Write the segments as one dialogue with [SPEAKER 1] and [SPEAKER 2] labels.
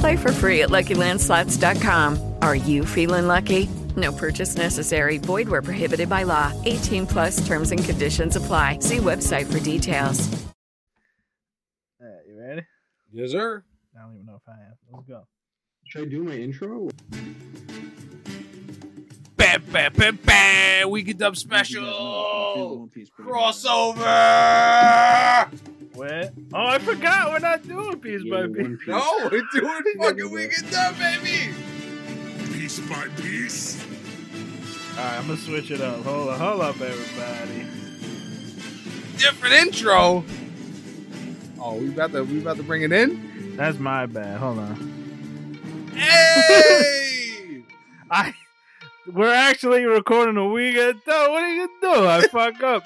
[SPEAKER 1] Play for free at LuckyLandSlots.com. Are you feeling lucky? No purchase necessary. Void where prohibited by law. 18 plus terms and conditions apply. See website for details.
[SPEAKER 2] All right, you ready?
[SPEAKER 3] Yes, sir.
[SPEAKER 2] I don't even know if I am. Let's go.
[SPEAKER 4] Should I do my intro?
[SPEAKER 3] Bam, bam, bam, bam. Weekend Up Special. Crossover.
[SPEAKER 2] Wait. Oh, I forgot. We're not doing piece by
[SPEAKER 4] Yeah,
[SPEAKER 2] piece.
[SPEAKER 4] One Piece.
[SPEAKER 3] No, we're doing fucking Weekend Up, baby.
[SPEAKER 5] piece by piece.
[SPEAKER 2] All right, I'm gonna switch it up. Hold up, hold up, everybody.
[SPEAKER 3] Different intro. Oh, we about to we about to bring it in.
[SPEAKER 2] That's my bad. Hold on.
[SPEAKER 3] Hey.
[SPEAKER 2] I. We're actually recording a week ago. What are you gonna do? I fuck up.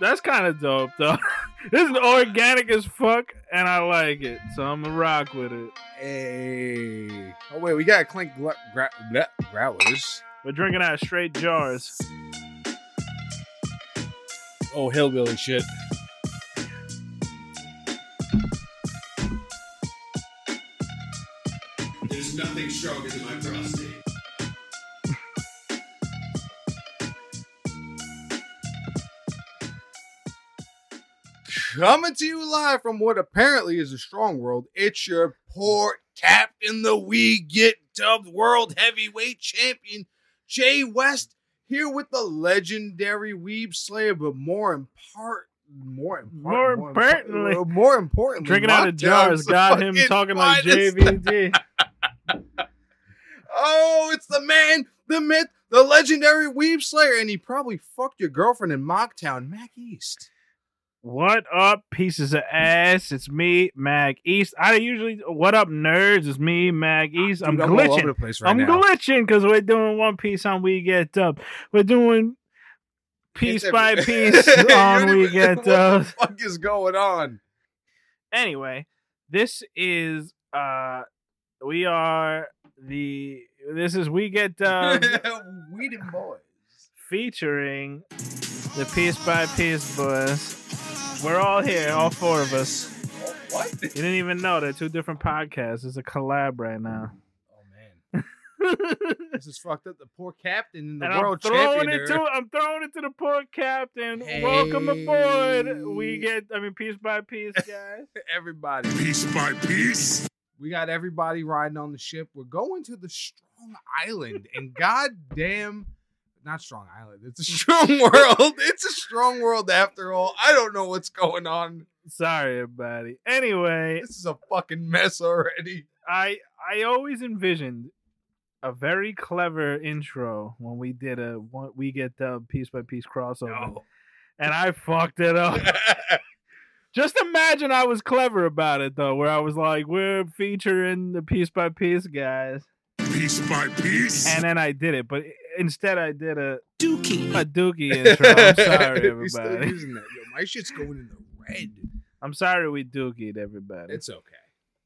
[SPEAKER 2] That's kind of dope, though. this is organic as fuck, and I like it, so I'm gonna rock with it.
[SPEAKER 3] hey. Oh wait, we got Clink gl- gra- bleh, growlers.
[SPEAKER 2] We're drinking out of straight jars.
[SPEAKER 3] Oh, hillbilly shit.
[SPEAKER 5] There's nothing stronger than my prostate.
[SPEAKER 3] Coming to you live from what apparently is a strong world, it's your poor captain, the we get dubbed world heavyweight champion, Jay West, here with the legendary Weeb Slayer, but more important. More, important,
[SPEAKER 2] More importantly-
[SPEAKER 3] uh, more importantly,
[SPEAKER 2] Drinking out of
[SPEAKER 3] Mocktown's
[SPEAKER 2] jars
[SPEAKER 3] the
[SPEAKER 2] got him
[SPEAKER 3] fucking
[SPEAKER 2] talking like
[SPEAKER 3] finest.
[SPEAKER 2] JVD.
[SPEAKER 3] Oh, it's the man, the myth, the legendary Weeb Slayer, and he probably fucked your girlfriend in Mocktown, Mac East.
[SPEAKER 2] What up, pieces of ass? It's me, Mag East. I usually what up, nerds? It's me, Mag East. I'm
[SPEAKER 3] Ah, Dude, all over
[SPEAKER 2] glitching.
[SPEAKER 3] the place right
[SPEAKER 2] I'm
[SPEAKER 3] now.
[SPEAKER 2] glitching because we're doing one piece on We Get Up. We're doing piece
[SPEAKER 3] It's
[SPEAKER 2] by
[SPEAKER 3] every-
[SPEAKER 2] piece
[SPEAKER 3] You don't
[SPEAKER 2] on We
[SPEAKER 3] even know
[SPEAKER 2] Get uh,
[SPEAKER 3] what
[SPEAKER 2] Up.
[SPEAKER 3] the fuck is going on?
[SPEAKER 2] Anyway, this is uh, we are the this is We Get Up um,
[SPEAKER 3] Weed and boys.
[SPEAKER 2] featuring the piece by piece boys. We're all here, all four of us.
[SPEAKER 3] What?
[SPEAKER 2] You didn't even know they're two different podcasts. It's a collab right now.
[SPEAKER 3] Oh man, this is fucked up. The poor captain in the
[SPEAKER 2] and I'm
[SPEAKER 3] world
[SPEAKER 2] throwing
[SPEAKER 3] champion.
[SPEAKER 2] it to
[SPEAKER 3] there.
[SPEAKER 2] I'm throwing it to the poor captain. Welcome aboard. We
[SPEAKER 3] Hey.
[SPEAKER 2] get I mean piece by piece, guys.
[SPEAKER 3] everybody.
[SPEAKER 5] Piece by piece.
[SPEAKER 3] We got everybody riding on the ship. We're going to the Strong Island, and goddamn, not Strong Island. It's a strong world. It's a strong world after all. I don't know what's going on.
[SPEAKER 2] Sorry, everybody. Anyway,
[SPEAKER 3] This is a fucking mess already.
[SPEAKER 2] I I always envisioned a very clever intro when we did a one, we get the piece by piece crossover,
[SPEAKER 3] No.
[SPEAKER 2] and I fucked it up. Just imagine I was clever about it though, where I was like, "We're featuring the piece by piece guys,"
[SPEAKER 5] Piece by piece.
[SPEAKER 2] and then I did it. But instead, I did a
[SPEAKER 5] Dookie.
[SPEAKER 2] a Dookie intro. I'm sorry,
[SPEAKER 3] He's still
[SPEAKER 2] everybody.
[SPEAKER 3] using that. Yo, my shit's going in the red.
[SPEAKER 2] I'm sorry we Dookied everybody.
[SPEAKER 3] It's okay.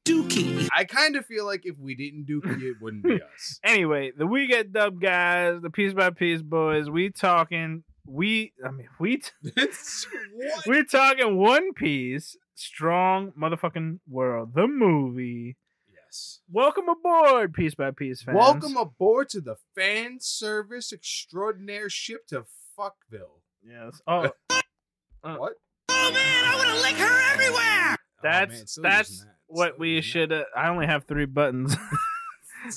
[SPEAKER 5] Dookie.
[SPEAKER 3] I kind of feel like if we didn't do it, it wouldn't be us.
[SPEAKER 2] Anyway, the We Get Dub guys, the Piece by Piece boys, we talking. We, I mean, we
[SPEAKER 3] It's- what?
[SPEAKER 2] we talking One Piece Strong Motherfucking World, the movie.
[SPEAKER 3] Yes.
[SPEAKER 2] Welcome aboard, Piece by Piece fans.
[SPEAKER 3] Welcome aboard to the fan service extraordinaire ship to Fuckville.
[SPEAKER 2] Yes. Oh, Uh,
[SPEAKER 3] what?
[SPEAKER 5] Oh man, I want to lick her everywhere.
[SPEAKER 3] Oh,
[SPEAKER 2] that's
[SPEAKER 3] man, still
[SPEAKER 2] that's
[SPEAKER 3] using that.
[SPEAKER 2] what
[SPEAKER 3] Still
[SPEAKER 2] we
[SPEAKER 3] using
[SPEAKER 2] should. Uh, I only have three buttons.
[SPEAKER 3] that.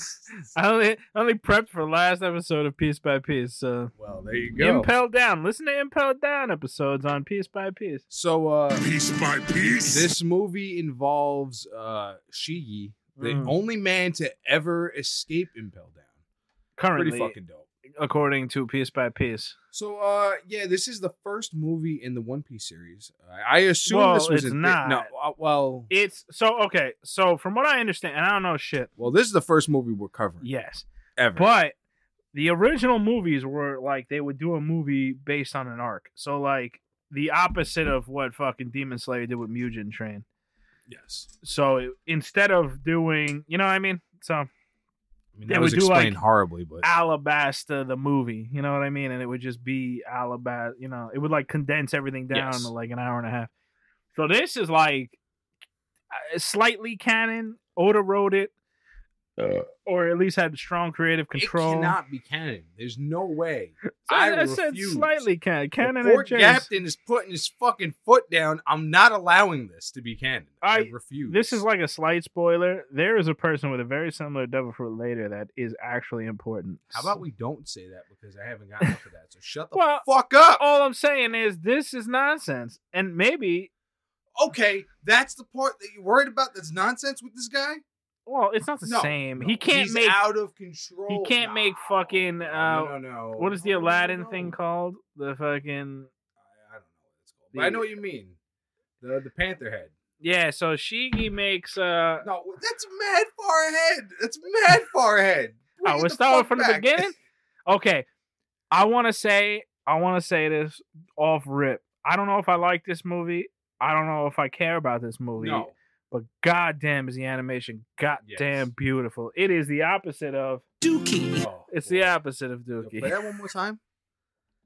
[SPEAKER 2] I only I only prepped for last episode of Piece by Piece. So
[SPEAKER 3] well, there you go.
[SPEAKER 2] Impel Down. Listen to Impel Down episodes on Piece by Piece.
[SPEAKER 3] so, uh,
[SPEAKER 5] Piece by piece.
[SPEAKER 3] this movie involves uh, Shigi, the
[SPEAKER 2] Mm.
[SPEAKER 3] only man to ever escape Impel Down.
[SPEAKER 2] Currently,
[SPEAKER 3] Pretty fucking dope.
[SPEAKER 2] according to Piece by Piece.
[SPEAKER 3] So, uh, yeah, this is the first movie in the One Piece series. I I assume
[SPEAKER 2] Well,
[SPEAKER 3] this was
[SPEAKER 2] it's
[SPEAKER 3] in
[SPEAKER 2] not.
[SPEAKER 3] no, uh, well,
[SPEAKER 2] It's so okay. So from what I understand, and I don't know shit.
[SPEAKER 3] well, this is the first movie we're covering
[SPEAKER 2] Yes,
[SPEAKER 3] ever.
[SPEAKER 2] but the original movies were like they would do a movie based on an arc. So like the opposite of what fucking Demon Slayer did with Mugen Train.
[SPEAKER 3] yes,
[SPEAKER 2] So it, instead of doing, you know what I mean? So
[SPEAKER 3] I mean,
[SPEAKER 2] They
[SPEAKER 3] that was
[SPEAKER 2] would do, like,
[SPEAKER 3] explained horribly, but
[SPEAKER 2] Alabasta the movie, you know what I mean? And it would just be Alabasta, you know, it would like condense everything down
[SPEAKER 3] Yes.
[SPEAKER 2] to like an hour and a half. So this is like uh, slightly canon. Oda wrote it, or at least had strong creative control.
[SPEAKER 3] Uh. It cannot be canon. There's no way.
[SPEAKER 2] So
[SPEAKER 3] I,
[SPEAKER 2] I, said
[SPEAKER 3] refuse.
[SPEAKER 2] slightly canon. Canon
[SPEAKER 3] Before
[SPEAKER 2] and James.
[SPEAKER 3] Captain is putting his fucking foot down. I'm not allowing this to be canon. I,
[SPEAKER 2] I-
[SPEAKER 3] refuse.
[SPEAKER 2] This is like a slight spoiler. There is a person with a very similar devil fruit later that is actually important.
[SPEAKER 3] How about we don't say that because I haven't gotten up to that. So shut the
[SPEAKER 2] Well-
[SPEAKER 3] fuck up.
[SPEAKER 2] All I'm saying is this is nonsense, and maybe
[SPEAKER 3] Okay, that's the part that you're worried about. That's nonsense with this guy.
[SPEAKER 2] well, it's not the
[SPEAKER 3] No,
[SPEAKER 2] same.
[SPEAKER 3] no,
[SPEAKER 2] he can't
[SPEAKER 3] he's
[SPEAKER 2] make
[SPEAKER 3] out of control.
[SPEAKER 2] he can't
[SPEAKER 3] No,
[SPEAKER 2] make fucking,
[SPEAKER 3] no,
[SPEAKER 2] uh,
[SPEAKER 3] no, no, no.
[SPEAKER 2] what is the
[SPEAKER 3] No, no,
[SPEAKER 2] Aladdin
[SPEAKER 3] no, no.
[SPEAKER 2] thing called? The fucking
[SPEAKER 3] I, I don't know what it's called, but I
[SPEAKER 2] The-
[SPEAKER 3] know what you mean. The the panther head.
[SPEAKER 2] yeah. So Shigi makes uh.
[SPEAKER 3] No, that's mad far ahead. That's mad far ahead. Bring
[SPEAKER 2] Oh,
[SPEAKER 3] it
[SPEAKER 2] we're
[SPEAKER 3] the
[SPEAKER 2] starting
[SPEAKER 3] fuck
[SPEAKER 2] from the
[SPEAKER 3] back.
[SPEAKER 2] beginning. Okay, I want to say I want to say this off rip. I don't know if I like this movie. I don't know if I care about this movie.
[SPEAKER 3] No,
[SPEAKER 2] But goddamn is the animation goddamn
[SPEAKER 3] Yes.
[SPEAKER 2] beautiful. It is the opposite of
[SPEAKER 5] Dookie.
[SPEAKER 3] no.
[SPEAKER 2] it's the opposite of Dookie.
[SPEAKER 3] Play that one more time.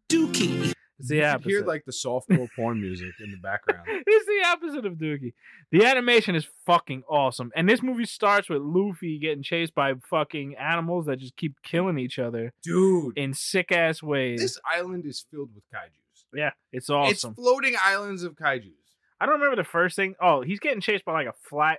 [SPEAKER 5] Dookie.
[SPEAKER 2] It's the
[SPEAKER 3] You
[SPEAKER 2] opposite.
[SPEAKER 3] could hear like the softcore porn music in the background.
[SPEAKER 2] it's the opposite of Dookie. The animation is fucking awesome. And this movie starts with Luffy getting chased by fucking animals that just keep killing each other
[SPEAKER 3] Dude,
[SPEAKER 2] in sick ass ways.
[SPEAKER 3] this island is filled with kaiju's.
[SPEAKER 2] yeah, it's
[SPEAKER 3] It's
[SPEAKER 2] awesome.
[SPEAKER 3] floating islands of kaiju's.
[SPEAKER 2] I don't remember the first thing. Oh, he's getting chased by like a flat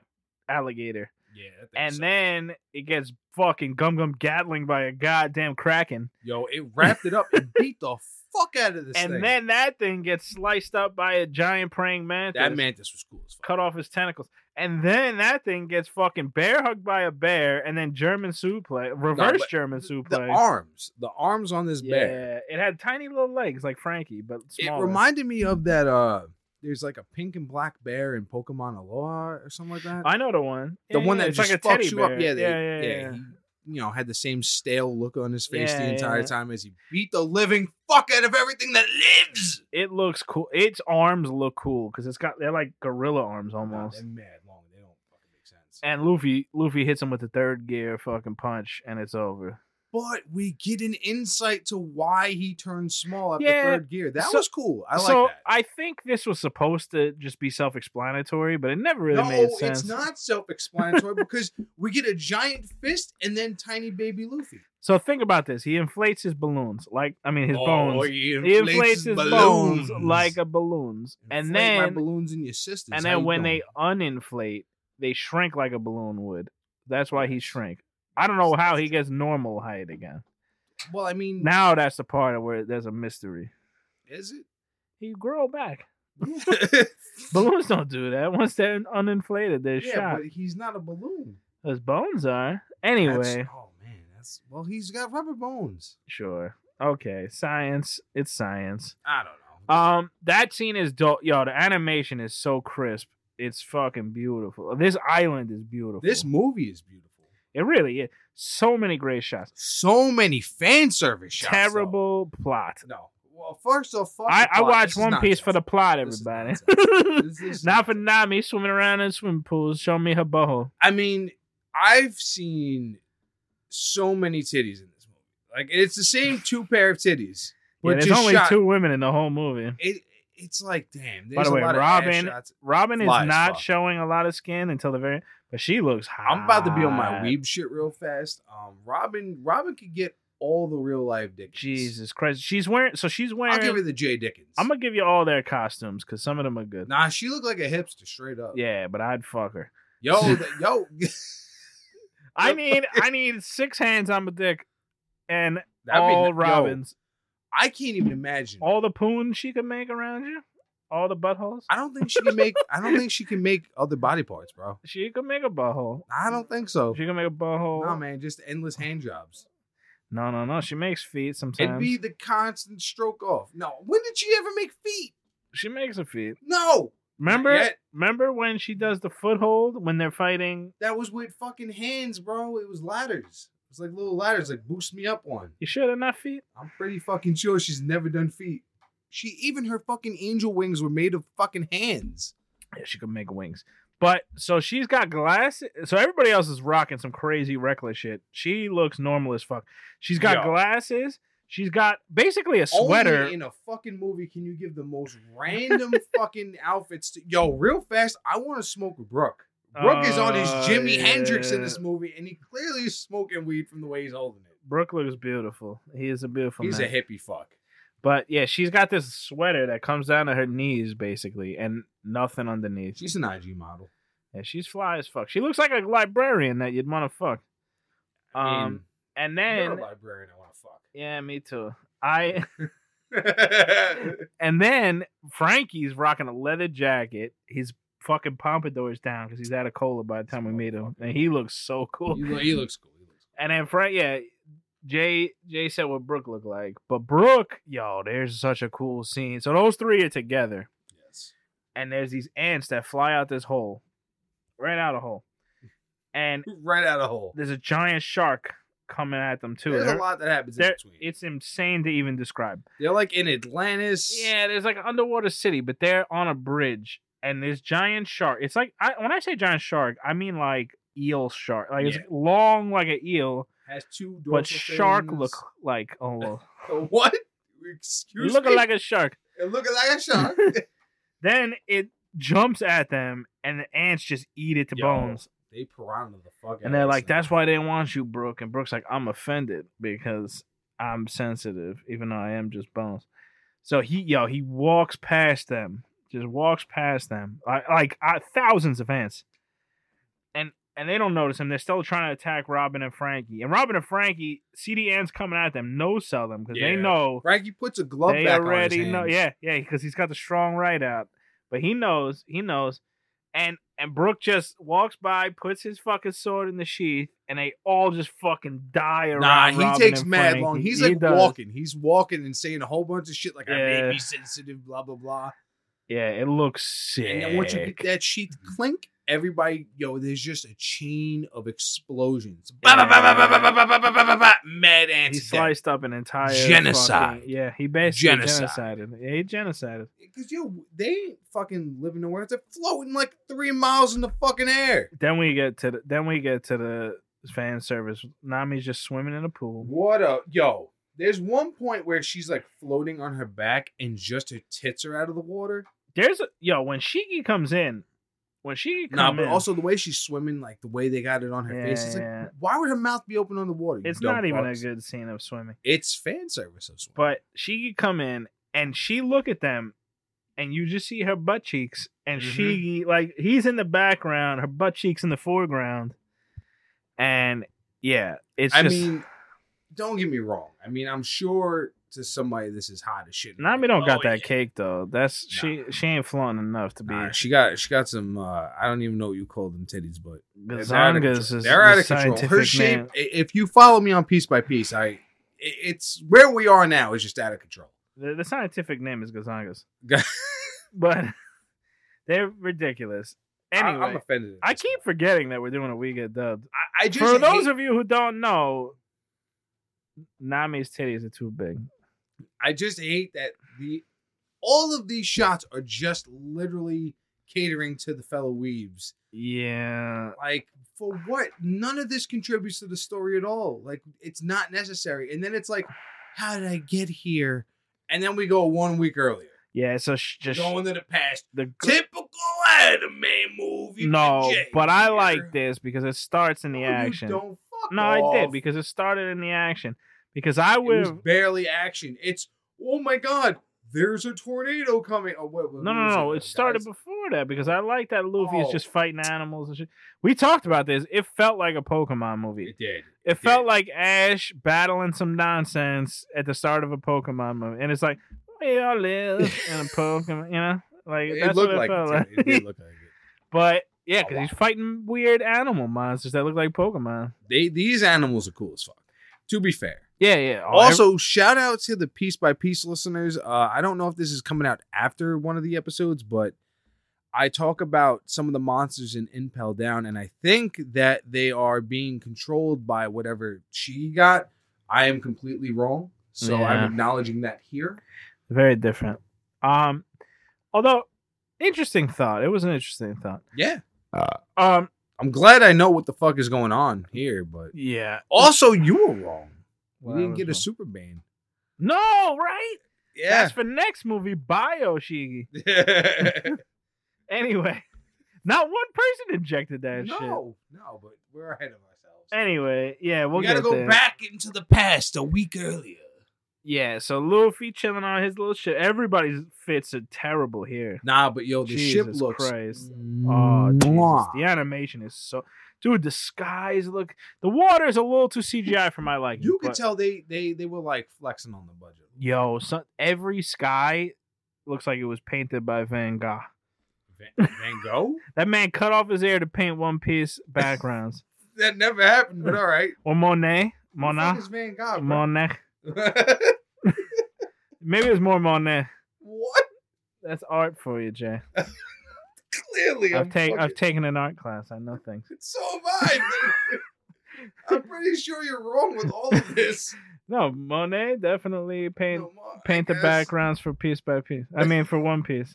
[SPEAKER 2] alligator.
[SPEAKER 3] Yeah, that thing
[SPEAKER 2] And
[SPEAKER 3] sucked.
[SPEAKER 2] then it gets fucking gum gum gatling by a goddamn kraken.
[SPEAKER 3] yo, it wrapped it up and beat the fuck out of this
[SPEAKER 2] and
[SPEAKER 3] thing.
[SPEAKER 2] then that thing gets sliced up by a giant praying mantis.
[SPEAKER 3] that mantis was cool as fuck.
[SPEAKER 2] cut off his tentacles, and then that thing gets fucking bear hugged by a bear, and then German suplex, reverse
[SPEAKER 3] but
[SPEAKER 2] German
[SPEAKER 3] The-
[SPEAKER 2] suplex.
[SPEAKER 3] The arms, the arms on this
[SPEAKER 2] yeah,
[SPEAKER 3] bear.
[SPEAKER 2] it had tiny little legs like Frankie, but smaller.
[SPEAKER 3] It reminded me of that. uh There's like a pink and black bear in Pokemon Aloha or something like that.
[SPEAKER 2] I know the one.
[SPEAKER 3] the
[SPEAKER 2] Yeah,
[SPEAKER 3] one
[SPEAKER 2] yeah,
[SPEAKER 3] that
[SPEAKER 2] it's
[SPEAKER 3] just
[SPEAKER 2] like a
[SPEAKER 3] fucks
[SPEAKER 2] teddy
[SPEAKER 3] you
[SPEAKER 2] bear.
[SPEAKER 3] up. Yeah, they,
[SPEAKER 2] yeah, yeah, yeah.
[SPEAKER 3] He, you know, had the same stale look on his face
[SPEAKER 2] Yeah,
[SPEAKER 3] the entire
[SPEAKER 2] yeah.
[SPEAKER 3] time as he beat the living fuck out of everything that lives.
[SPEAKER 2] It looks cool. Its arms look cool because it's got they're like gorilla arms almost.
[SPEAKER 3] They're mad long. They don't fucking make sense.
[SPEAKER 2] And Luffy, Luffy hits him with the third gear fucking punch, and it's over.
[SPEAKER 3] but we get an insight to why he turned small after
[SPEAKER 2] Yeah,
[SPEAKER 3] third gear. That
[SPEAKER 2] so-
[SPEAKER 3] was cool. I
[SPEAKER 2] so
[SPEAKER 3] like that.
[SPEAKER 2] I think this was supposed to just be self-explanatory, but it never really
[SPEAKER 3] no,
[SPEAKER 2] made sense.
[SPEAKER 3] it's not self-explanatory because we get a giant fist and then tiny baby Luffy.
[SPEAKER 2] So think about this. He inflates his balloons, like I mean his bones.
[SPEAKER 3] Oh, He
[SPEAKER 2] Oh, He inflates his bones like a balloons, and
[SPEAKER 3] Inflate my
[SPEAKER 2] then
[SPEAKER 3] balloons in your sisters.
[SPEAKER 2] and
[SPEAKER 3] How
[SPEAKER 2] then
[SPEAKER 3] you
[SPEAKER 2] when
[SPEAKER 3] doing?
[SPEAKER 2] they uninflate, they shrink like a balloon would. That's why he shrank. I don't know how he gets normal height again.
[SPEAKER 3] well, I mean,
[SPEAKER 2] Now that's the part where there's a mystery.
[SPEAKER 3] is it?
[SPEAKER 2] He grow back.
[SPEAKER 3] yeah,
[SPEAKER 2] Balloons don't do that. Once they're uninflated, they're shot.
[SPEAKER 3] but he's not a balloon.
[SPEAKER 2] His bones are.
[SPEAKER 3] That's-
[SPEAKER 2] Anyway,
[SPEAKER 3] oh man, that's well, he's got rubber bones.
[SPEAKER 2] sure. Okay, science. It's science.
[SPEAKER 3] I don't know.
[SPEAKER 2] Um, that scene is dope, yo. The animation is so crisp. It's fucking beautiful. This island is beautiful.
[SPEAKER 3] This movie is beautiful.
[SPEAKER 2] it really is. So many great shots.
[SPEAKER 3] So many fan service shots. though.
[SPEAKER 2] Terrible plot.
[SPEAKER 3] No. Well, first of all,
[SPEAKER 2] I, I watch One Piece for the plot,
[SPEAKER 3] This is
[SPEAKER 2] everybody.
[SPEAKER 3] nonsense. This is
[SPEAKER 2] Not for Nami swimming around in swimming pools, showing me her boho.
[SPEAKER 3] I mean, I've seen so many titties in this movie. Like it's the same two pair of titties.
[SPEAKER 2] Yeah,
[SPEAKER 3] but
[SPEAKER 2] there's
[SPEAKER 3] just
[SPEAKER 2] only
[SPEAKER 3] shot-
[SPEAKER 2] two women in the whole movie.
[SPEAKER 3] It, it's like damn.
[SPEAKER 2] By the
[SPEAKER 3] there's a
[SPEAKER 2] way,
[SPEAKER 3] lot of ass
[SPEAKER 2] Robin-
[SPEAKER 3] shots.
[SPEAKER 2] Robin is
[SPEAKER 3] Fly as
[SPEAKER 2] not
[SPEAKER 3] fuck.
[SPEAKER 2] showing a lot of skin until the very, but she looks hot.
[SPEAKER 3] I'm about to be on
[SPEAKER 2] Ah.
[SPEAKER 3] my weeb shit real fast. Um, Robin, Robin could get all the real life Dickens.
[SPEAKER 2] Jesus Christ, she's wearing. So she's wearing.
[SPEAKER 3] I'll give her the J Dickens.
[SPEAKER 2] I'm gonna give you all their costumes because some of them are good.
[SPEAKER 3] nah, she looked like a hipster straight up.
[SPEAKER 2] Yeah, but I'd fuck her.
[SPEAKER 3] yo, the, yo,
[SPEAKER 2] I need I need six hands on my dick, and
[SPEAKER 3] That'd be-
[SPEAKER 2] all
[SPEAKER 3] yo,
[SPEAKER 2] Robins,
[SPEAKER 3] I can't even imagine.
[SPEAKER 2] all the poon she can make around you, all the buttholes.
[SPEAKER 3] I don't think she can make. I don't think she can make other body parts, bro.
[SPEAKER 2] She can make a butthole.
[SPEAKER 3] I don't think so.
[SPEAKER 2] She can make a butthole.
[SPEAKER 3] Nah, man, just endless hand jobs.
[SPEAKER 2] No, no, no. She makes feet
[SPEAKER 3] It'd
[SPEAKER 2] sometimes.
[SPEAKER 3] be the constant stroke off. No, when did she ever make feet?
[SPEAKER 2] She makes a feet.
[SPEAKER 3] No,
[SPEAKER 2] Remember,
[SPEAKER 3] yet.
[SPEAKER 2] remember when she does the foothold when they're fighting.
[SPEAKER 3] that was with fucking hands, bro. It was ladders. It was like little ladders, like boost me up one.
[SPEAKER 2] You sure they're not feet?
[SPEAKER 3] I'm pretty fucking sure she's never done feet. She even her fucking angel wings were made of fucking hands.
[SPEAKER 2] Yeah, she can make wings. But so she's got glasses. So everybody else is rocking some crazy reckless shit. She looks normal as fuck. She's got
[SPEAKER 3] Yo.
[SPEAKER 2] glasses. She's got basically a sweater.
[SPEAKER 3] Only in a fucking movie can you give the most random fucking outfits to yo real fast i want to smoke with brooke brooke is on his
[SPEAKER 2] Oh,
[SPEAKER 3] jimi hendrix in this
[SPEAKER 2] yeah.
[SPEAKER 3] movie and he clearly is smoking weed from the way he's holding it
[SPEAKER 2] Brooke looks beautiful. He is a beautiful
[SPEAKER 3] he's
[SPEAKER 2] man.
[SPEAKER 3] a hippie fuck
[SPEAKER 2] But yeah, she's got this sweater that comes down to her knees basically, and nothing underneath.
[SPEAKER 3] she's an ig model
[SPEAKER 2] Yeah, she's fly as fuck. She looks like a librarian that you'd want to fuck. Um, and
[SPEAKER 3] and
[SPEAKER 2] then
[SPEAKER 3] you're a librarian i want to fuck
[SPEAKER 2] yeah, me too. I
[SPEAKER 3] Yo,
[SPEAKER 2] and then Frankie's rocking a leather jacket. His fucking pompadour's down because he's out of cola by the time we meet him, and he looks so cool.
[SPEAKER 3] he, lo- he looks cool he looks
[SPEAKER 2] And then Frank, yeah, Jay Jay said what Brooke looked like, but Brooke, yo, there's such a cool scene. So those three are together.
[SPEAKER 3] cool yes
[SPEAKER 2] and there's these ants that fly out this hole, right out of hole, and
[SPEAKER 3] right out of hole
[SPEAKER 2] there's a giant shark coming at them too.
[SPEAKER 3] there's a
[SPEAKER 2] They're-
[SPEAKER 3] lot that happens in
[SPEAKER 2] they're-
[SPEAKER 3] between
[SPEAKER 2] it's insane to even describe.
[SPEAKER 3] they're like in atlantis
[SPEAKER 2] Yeah, there's like an underwater city, but they're on a bridge, and this giant shark. It's like I, when I say giant shark, I mean like eel shark, like
[SPEAKER 3] Yeah.
[SPEAKER 2] it's long like an eel,
[SPEAKER 3] has two dorsal
[SPEAKER 2] but shark
[SPEAKER 3] fins.
[SPEAKER 2] look like almost
[SPEAKER 3] what excuse
[SPEAKER 2] looking
[SPEAKER 3] me
[SPEAKER 2] like a shark.
[SPEAKER 3] It looking like a shark.
[SPEAKER 2] Then it jumps at them, and the ants just eat it to
[SPEAKER 3] Yo.
[SPEAKER 2] bones.
[SPEAKER 3] they piranha the fuck.
[SPEAKER 2] And
[SPEAKER 3] out
[SPEAKER 2] they're
[SPEAKER 3] of
[SPEAKER 2] like,
[SPEAKER 3] this
[SPEAKER 2] that's why they didn't want you, Brooke. And Brooke's like, I'm offended because I'm sensitive, even though I am just bones. So he, yo, he walks past them, just walks past them, like, like uh, thousands of ants, and and they don't notice him. They're still trying to attack Robin and Frankie, and Robin and Frankie see the ants coming at them, no sell them because
[SPEAKER 3] Yeah.
[SPEAKER 2] they know
[SPEAKER 3] thing. Frankie puts a glove
[SPEAKER 2] they
[SPEAKER 3] back
[SPEAKER 2] already
[SPEAKER 3] on his
[SPEAKER 2] know,
[SPEAKER 3] hands.
[SPEAKER 2] yeah, yeah, because he's got the strong right out. But he knows, he knows, and and Brooke just walks by, puts his fucking sword in the sheath, and they all just fucking die around.
[SPEAKER 3] Nah, he
[SPEAKER 2] Robin
[SPEAKER 3] takes
[SPEAKER 2] and
[SPEAKER 3] mad
[SPEAKER 2] Frankie.
[SPEAKER 3] long. He's
[SPEAKER 2] He
[SPEAKER 3] like
[SPEAKER 2] does.
[SPEAKER 3] walking. He's walking and saying a whole bunch of shit like I may
[SPEAKER 2] Yeah.
[SPEAKER 3] be sensitive, blah blah blah.
[SPEAKER 2] Yeah, it looks sick.
[SPEAKER 3] And then once you get that sheet clink, everybody yo, there's just a chain of explosions. Ba ba ba ba ba ba ba ba ba ba ba ba ba. Mad
[SPEAKER 2] he
[SPEAKER 3] ants.
[SPEAKER 2] sliced up an entire
[SPEAKER 3] Genocide.
[SPEAKER 2] fucking- yeah, he basically
[SPEAKER 3] Genocide.
[SPEAKER 2] genocided. Yeah, he genocided.
[SPEAKER 3] Because yo, they ain't fucking living nowhere. They're floating like three miles in the fucking air.
[SPEAKER 2] Then we get to the then we get to the fan service. Nami's just swimming in a pool.
[SPEAKER 3] What a yo. There's one point where she's like floating on her back and just her tits are out of the water.
[SPEAKER 2] There's a yo when Shiki comes in. When Shiki comes
[SPEAKER 3] No, but
[SPEAKER 2] in,
[SPEAKER 3] also the way she's swimming, like the way they got it on her face, it's
[SPEAKER 2] Yeah.
[SPEAKER 3] like, why would her mouth be open on the water? you
[SPEAKER 2] It's
[SPEAKER 3] dumb
[SPEAKER 2] not even a
[SPEAKER 3] fucks?
[SPEAKER 2] good scene of swimming.
[SPEAKER 3] It's fan service of swimming.
[SPEAKER 2] But she could come in and she look at them and you just see her butt cheeks and she
[SPEAKER 3] Mm-hmm.
[SPEAKER 2] like he's in the background, her butt cheeks in the foreground. And yeah, it's
[SPEAKER 3] I
[SPEAKER 2] just
[SPEAKER 3] mean, don't get me wrong. I mean, I'm sure to somebody this is hot as shit.
[SPEAKER 2] Nami don't got
[SPEAKER 3] Oh,
[SPEAKER 2] that
[SPEAKER 3] yeah.
[SPEAKER 2] cake though. That's she she ain't flaunting enough to be
[SPEAKER 3] Nah, she got she got some. uh I don't even know what you call them titties, but
[SPEAKER 2] Gazangas
[SPEAKER 3] they're out of
[SPEAKER 2] is
[SPEAKER 3] control. They're out
[SPEAKER 2] the
[SPEAKER 3] of control. Her
[SPEAKER 2] scientific
[SPEAKER 3] shape.
[SPEAKER 2] name.
[SPEAKER 3] i- If you follow me on piece by piece, I i- it's where we are now is just out of control.
[SPEAKER 2] The, the scientific name is Gazangas. But they're ridiculous.
[SPEAKER 3] I, am
[SPEAKER 2] Anyway,
[SPEAKER 3] offended. at
[SPEAKER 2] I,
[SPEAKER 3] this.
[SPEAKER 2] keep forgetting that we're doing a We Get Dubbed.
[SPEAKER 3] I, I just
[SPEAKER 2] For those
[SPEAKER 3] hate-
[SPEAKER 2] of you who don't know, Nami's titties are too big.
[SPEAKER 3] I just hate that the all of these shots are just literally catering to the fellow weaves.
[SPEAKER 2] Yeah.
[SPEAKER 3] Like for what? None of this contributes to the story at all. Like it's not necessary. And then it's like, how did I get here? And then we go one week earlier.
[SPEAKER 2] Yeah, so sh- just
[SPEAKER 3] Going to the past.
[SPEAKER 2] the
[SPEAKER 3] Typical Adam Man movie. for
[SPEAKER 2] no,
[SPEAKER 3] Jay
[SPEAKER 2] but I
[SPEAKER 3] here.
[SPEAKER 2] like this because it starts in the
[SPEAKER 3] No, you
[SPEAKER 2] action.
[SPEAKER 3] don't fuck
[SPEAKER 2] No,
[SPEAKER 3] off.
[SPEAKER 2] I did because it started in the action. Because I
[SPEAKER 3] it
[SPEAKER 2] would
[SPEAKER 3] was barely action. It's oh my god, there's a tornado coming. Oh wait, wait
[SPEAKER 2] no,
[SPEAKER 3] who
[SPEAKER 2] no,
[SPEAKER 3] was
[SPEAKER 2] no.
[SPEAKER 3] guys?
[SPEAKER 2] It started before that because I like that Luffy is
[SPEAKER 3] Oh.
[SPEAKER 2] just fighting animals and shit. We talked about this. It felt like a Pokemon movie.
[SPEAKER 3] It did.
[SPEAKER 2] It felt
[SPEAKER 3] did.
[SPEAKER 2] like Ash battling some nonsense at the start of a Pokemon movie, and it's like we all live in a Pokemon. You know, like
[SPEAKER 3] It
[SPEAKER 2] that's
[SPEAKER 3] looked
[SPEAKER 2] what it
[SPEAKER 3] like
[SPEAKER 2] felt
[SPEAKER 3] it. did. It
[SPEAKER 2] like.
[SPEAKER 3] did look like it.
[SPEAKER 2] but yeah, because he's fighting weird animal monsters that look like Pokemon.
[SPEAKER 3] they these animals are cool as fuck. To be fair.
[SPEAKER 2] Yeah, yeah. Oh, every-
[SPEAKER 3] Also, shout out to the piece by piece listeners. Uh, I don't know if this is coming out after one of the episodes, but I talk about some of the monsters in Impel Down, and I think that they are being controlled by whatever she got. I am completely wrong, so
[SPEAKER 2] Yeah.
[SPEAKER 3] I'm acknowledging that here.
[SPEAKER 2] very different. Um, although interesting thought. It was an interesting thought.
[SPEAKER 3] Yeah,
[SPEAKER 2] Um,
[SPEAKER 3] I'm glad I know what the fuck is going on here, but
[SPEAKER 2] yeah.
[SPEAKER 3] also you were wrong. We
[SPEAKER 2] Well, I
[SPEAKER 3] didn't
[SPEAKER 2] was
[SPEAKER 3] get a
[SPEAKER 2] wrong.
[SPEAKER 3] super ban.
[SPEAKER 2] No, right?
[SPEAKER 3] Yeah.
[SPEAKER 2] That's for next movie, Bioshigi. Anyway, not one person injected that shit.
[SPEAKER 3] no, no, but we're ahead of ourselves.
[SPEAKER 2] Anyway, yeah, we'll
[SPEAKER 3] we gotta
[SPEAKER 2] get
[SPEAKER 3] go
[SPEAKER 2] there.
[SPEAKER 3] back into the past a week earlier.
[SPEAKER 2] Yeah, so Luffy chilling on his little shit. Everybody's fits are terrible here.
[SPEAKER 3] Nah, but yo, the ship
[SPEAKER 2] Jesus
[SPEAKER 3] looks.
[SPEAKER 2] Christ. Oh, Jesus.
[SPEAKER 3] Mwah.
[SPEAKER 2] the animation is so. Dude, the skies look. The water is a little too CGI for my liking.
[SPEAKER 3] You could
[SPEAKER 2] but-
[SPEAKER 3] tell they they they were like flexing on the budget.
[SPEAKER 2] Yo, so, every sky looks like it was painted by Van Gogh.
[SPEAKER 3] Van, Van Gogh?
[SPEAKER 2] That man cut off his hair to paint One Piece backgrounds.
[SPEAKER 3] that never happened, but all right.
[SPEAKER 2] or Monet.
[SPEAKER 3] Who the fuck
[SPEAKER 2] Monet.
[SPEAKER 3] is Van Gogh, bro?
[SPEAKER 2] Monet. Maybe it's more Monet.
[SPEAKER 3] what?
[SPEAKER 2] That's art for you, Jay.
[SPEAKER 3] Clearly, I'm
[SPEAKER 2] I've taken I've
[SPEAKER 3] fucking-
[SPEAKER 2] taken an art class. I know things.
[SPEAKER 3] So am I. I'm pretty sure you're wrong with all of this.
[SPEAKER 2] No, Monet definitely paint
[SPEAKER 3] No, Ma, I
[SPEAKER 2] paint the
[SPEAKER 3] guess.
[SPEAKER 2] backgrounds for piece by piece. I mean, for one piece.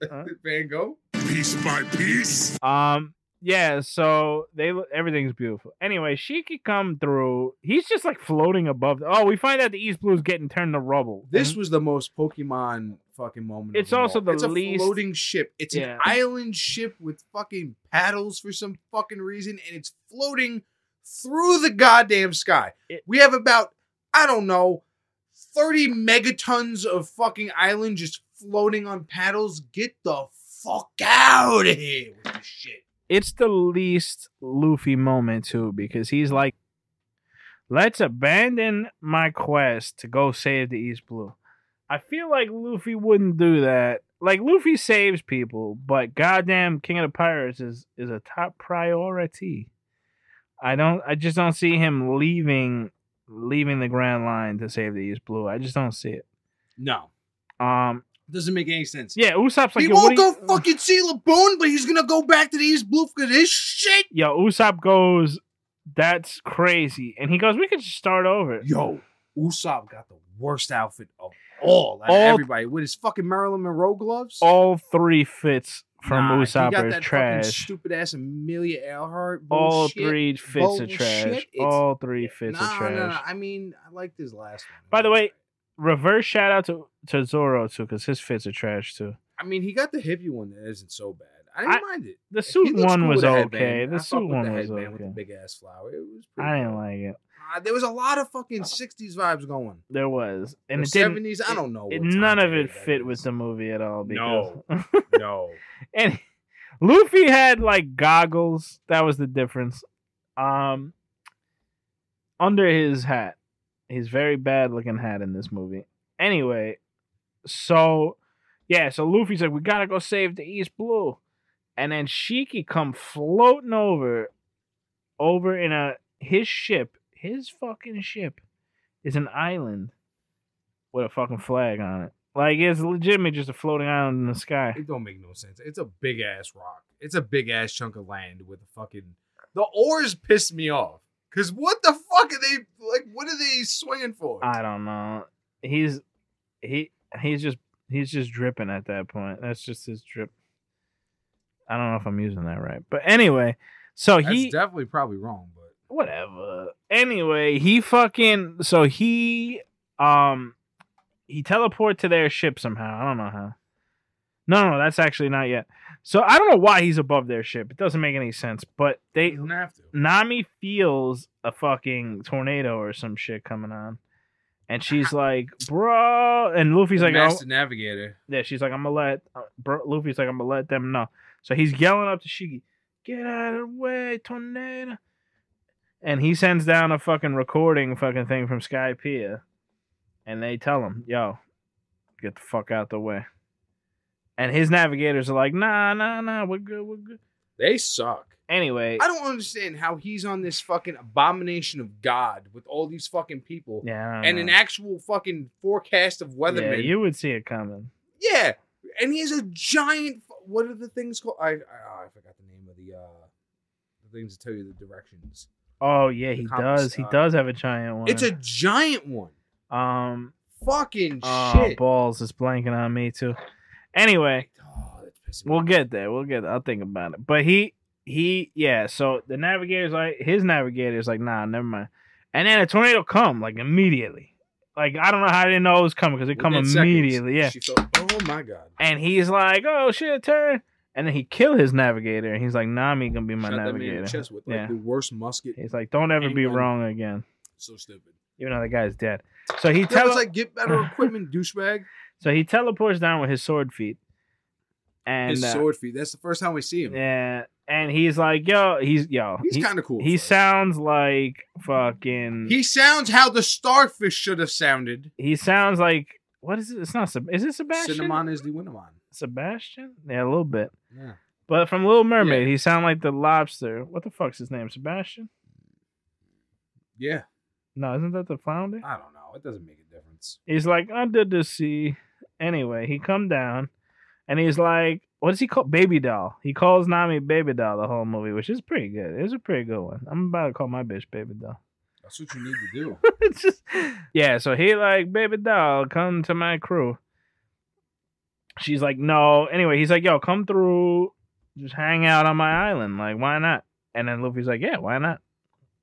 [SPEAKER 3] Van Gogh.
[SPEAKER 5] Piece by piece.
[SPEAKER 2] Um, yeah. So they everything's beautiful. Anyway, she could come through. He's just like floating above. Oh, we find out the East Blue's getting turned to rubble.
[SPEAKER 3] This
[SPEAKER 2] And-
[SPEAKER 3] was the most Pokemon fucking moment. of
[SPEAKER 2] It's
[SPEAKER 3] them
[SPEAKER 2] also
[SPEAKER 3] all.
[SPEAKER 2] the
[SPEAKER 3] it's a
[SPEAKER 2] least-
[SPEAKER 3] floating ship. It's
[SPEAKER 2] Yeah.
[SPEAKER 3] an island ship with fucking paddles for some fucking reason, and it's floating through the goddamn sky.
[SPEAKER 2] It-
[SPEAKER 3] we have about I don't know thirty megatons of fucking island just floating on paddles. Get the fuck out of here with this shit.
[SPEAKER 2] it's the least Luffy moment too because he's like, let's abandon my quest to go save the East Blue. I feel like Luffy wouldn't do that. Like Luffy saves people, but goddamn King of the Pirates is is a top priority. I don't. I just don't see him leaving leaving the Grand Line to save the East Blue. I just don't see it.
[SPEAKER 3] No,
[SPEAKER 2] Um.
[SPEAKER 3] doesn't make any sense.
[SPEAKER 2] Yeah. Usopp's like,
[SPEAKER 3] he
[SPEAKER 2] "Yo,
[SPEAKER 3] won't
[SPEAKER 2] what are
[SPEAKER 3] go
[SPEAKER 2] you-
[SPEAKER 3] fucking see Laboon, but he's gonna go back to the East Blue for this shit.
[SPEAKER 2] yo, Usopp goes, that's crazy. And he goes, we could just start over.
[SPEAKER 3] Yo, Usopp got the worst outfit of all out of
[SPEAKER 2] All-
[SPEAKER 3] everybody with his fucking Marilyn Monroe gloves.
[SPEAKER 2] All three fits from
[SPEAKER 3] Nah, he
[SPEAKER 2] Usopp
[SPEAKER 3] got
[SPEAKER 2] are
[SPEAKER 3] that Fucking
[SPEAKER 2] trash.
[SPEAKER 3] stupid ass Amelia Earhart.
[SPEAKER 2] All
[SPEAKER 3] bullshit.
[SPEAKER 2] three fits are
[SPEAKER 3] bullshit.
[SPEAKER 2] trash.
[SPEAKER 3] It's-
[SPEAKER 2] All three fits
[SPEAKER 3] nah,
[SPEAKER 2] are trash.
[SPEAKER 3] Nah, nah, I mean, I liked his last one.
[SPEAKER 2] By the way- Reverse shout out to, to Zoro too, because his fits are trash too.
[SPEAKER 3] I mean, he got the hippie one that isn't so bad. I didn't
[SPEAKER 2] I-
[SPEAKER 3] mind it.
[SPEAKER 2] The
[SPEAKER 3] He
[SPEAKER 2] suit
[SPEAKER 3] looks
[SPEAKER 2] one
[SPEAKER 3] cool
[SPEAKER 2] was
[SPEAKER 3] with a headband.
[SPEAKER 2] okay.
[SPEAKER 3] I
[SPEAKER 2] The
[SPEAKER 3] fuck
[SPEAKER 2] suit
[SPEAKER 3] with
[SPEAKER 2] one
[SPEAKER 3] the
[SPEAKER 2] was
[SPEAKER 3] headband with the
[SPEAKER 2] okay.
[SPEAKER 3] big ass flower. It was pretty
[SPEAKER 2] I
[SPEAKER 3] cool.
[SPEAKER 2] didn't like it.
[SPEAKER 3] Uh, there was a lot of fucking 60s vibes going.
[SPEAKER 2] There was, and
[SPEAKER 3] Or
[SPEAKER 2] it didn't.
[SPEAKER 3] 70s, I don't know.
[SPEAKER 2] It,
[SPEAKER 3] what time
[SPEAKER 2] none of
[SPEAKER 3] period
[SPEAKER 2] it
[SPEAKER 3] that
[SPEAKER 2] fit
[SPEAKER 3] is.
[SPEAKER 2] with the movie at all. Because,
[SPEAKER 3] No. No.
[SPEAKER 2] and Luffy had like goggles. That was the difference. Um, under his hat, his very bad looking hat in this movie. Anyway, so yeah, so Luffy's like, we gotta go save the East Blue, and then Shiki come floating over, over in a his ship, his fucking ship, is an island with a fucking flag on it. Like it's legitimately just a floating island in the sky.
[SPEAKER 3] It don't make no sense. It's a big ass rock. It's a big ass chunk of land with a fucking. The oars pissed me off. Cause what the fuck are they like? What are they swinging for?
[SPEAKER 2] I don't know. He's he he's just he's just dripping at that point. That's just his drip. I don't know if I'm using that right, but anyway, so
[SPEAKER 3] That's
[SPEAKER 2] he
[SPEAKER 3] definitely probably wrong, but
[SPEAKER 2] whatever. Anyway, he fucking so he um he teleport to their ship somehow. I don't know how. No, no, that's actually not yet. So I don't know why he's above their ship. It doesn't make any sense. But
[SPEAKER 3] He
[SPEAKER 2] they
[SPEAKER 3] doesn't have to.
[SPEAKER 2] Nami feels a fucking tornado or some shit coming on. And she's like, bro. And Luffy's
[SPEAKER 3] The
[SPEAKER 2] like, oh.
[SPEAKER 3] master navigator.
[SPEAKER 2] Yeah, she's like, I'm gonna let uh, bro, Luffy's like, I'm gonna let them know. So he's yelling up to Shiggy, get out of the way, tornado. And he sends down a fucking recording fucking thing from Skypiea. And they tell him, yo, get the fuck out the way. And his navigators are like, nah, nah, nah, we're good, we're good.
[SPEAKER 3] They suck.
[SPEAKER 2] Anyway,
[SPEAKER 3] I don't understand how he's on this fucking abomination of God with all these fucking people
[SPEAKER 2] yeah, I don't
[SPEAKER 3] and
[SPEAKER 2] know.
[SPEAKER 3] an actual fucking forecast of
[SPEAKER 2] yeah,
[SPEAKER 3] weathermen.
[SPEAKER 2] you would see it coming.
[SPEAKER 3] Yeah, and he has a giant. fu- What are the things called? I I, I forgot the name of the uh the things that tell you the directions.
[SPEAKER 2] Oh yeah, he
[SPEAKER 3] Compass,
[SPEAKER 2] does. He
[SPEAKER 3] uh,
[SPEAKER 2] does have a giant one.
[SPEAKER 3] It's a giant one.
[SPEAKER 2] um.
[SPEAKER 3] Fucking
[SPEAKER 2] Oh
[SPEAKER 3] shit.
[SPEAKER 2] balls is blanking on me too. Anyway,
[SPEAKER 3] Oh, that's pissing me
[SPEAKER 2] We'll
[SPEAKER 3] off.
[SPEAKER 2] get there. We'll get. There. I'll think about it. But he, he, yeah. So the navigator's like, his navigator's like, nah, never mind. And then a tornado come like immediately. Like I don't know how I didn't know it was coming because it come
[SPEAKER 3] Within seconds,
[SPEAKER 2] immediately. Yeah.
[SPEAKER 3] She felt, oh my god.
[SPEAKER 2] And he's like, oh shit, turn. And then he kill his navigator. And he's like, Nami gonna be my
[SPEAKER 3] Shot that man in the
[SPEAKER 2] navigator.
[SPEAKER 3] chest with like
[SPEAKER 2] Yeah.
[SPEAKER 3] the worst musket.
[SPEAKER 2] He's like, don't ever be
[SPEAKER 3] Anyone-
[SPEAKER 2] wrong again.
[SPEAKER 3] So stupid.
[SPEAKER 2] Even though the guy's dead. So he
[SPEAKER 3] That
[SPEAKER 2] tells
[SPEAKER 3] was like get better equipment, douchebag.
[SPEAKER 2] so he teleports down with his sword feet. And
[SPEAKER 3] His
[SPEAKER 2] uh,
[SPEAKER 3] sword feet. That's the first time we see him.
[SPEAKER 2] yeah, and he's like, yo, he's yo,
[SPEAKER 3] He's
[SPEAKER 2] he-
[SPEAKER 3] kind of cool.
[SPEAKER 2] He
[SPEAKER 3] sounds.
[SPEAKER 2] sounds like fucking. He,
[SPEAKER 3] He sounds how the starfish should have sounded.
[SPEAKER 2] sounds like what is it? It's not. Seb- Is it Sebastian?
[SPEAKER 3] Cinnamon is the Winnemon.
[SPEAKER 2] Sebastian? Yeah, a little bit.
[SPEAKER 3] Yeah.
[SPEAKER 2] But from Little Mermaid, he sound like the lobster. What the fuck's his name? Sebastian?
[SPEAKER 3] Yeah.
[SPEAKER 2] No, isn't that the flounder?
[SPEAKER 3] I don't know. It doesn't make a difference.
[SPEAKER 2] He's like under the sea. Anyway, he come down, and he's like, what does he call baby doll? He calls Nami baby doll the whole movie, which is pretty good. It's a pretty good one. I'm about to call my bitch baby doll.
[SPEAKER 3] That's what you need to do.
[SPEAKER 2] it's just yeah. So he like, baby doll, come to my crew. She's like, no. Anyway, he's like, yo, come through, just hang out on my island. Like, why not? And then Luffy's like, yeah, why not?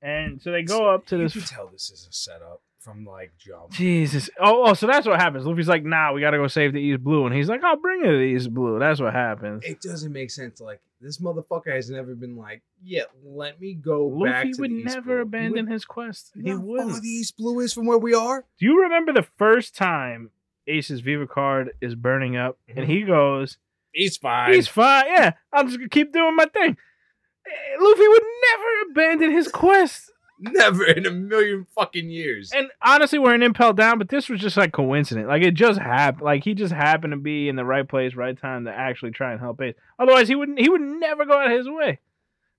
[SPEAKER 2] And so they go up to
[SPEAKER 3] you
[SPEAKER 2] this.
[SPEAKER 3] can tell this is a setup from like jump.
[SPEAKER 2] Jesus. Oh, oh, so that's what happens. Luffy's like, nah, we gotta go save the East Blue. And he's like, I'll bring you the East Blue. That's what happens.
[SPEAKER 3] It doesn't make sense. Like this motherfucker has never been like, yeah, let me go back.
[SPEAKER 2] Luffy
[SPEAKER 3] to
[SPEAKER 2] would
[SPEAKER 3] the East
[SPEAKER 2] never
[SPEAKER 3] Blue.
[SPEAKER 2] abandon his quest. He
[SPEAKER 3] Oh,
[SPEAKER 2] wouldn't.
[SPEAKER 3] the East Blue is from where we are.
[SPEAKER 2] Do you remember the first time Ace's Viva card is burning up? And
[SPEAKER 3] Mm-hmm.
[SPEAKER 2] he goes,
[SPEAKER 3] He's fine.
[SPEAKER 2] He's fine. Yeah, I'm just gonna keep doing my thing. Eh, Luffy would never abandon his quest.
[SPEAKER 3] never in a million fucking years.
[SPEAKER 2] And honestly, we're an impel down, but this was just like coincident. Like it just happened. Like he just happened to be in the right place, right time to actually try and help Ace. Otherwise, he wouldn't. He would never go out of his way.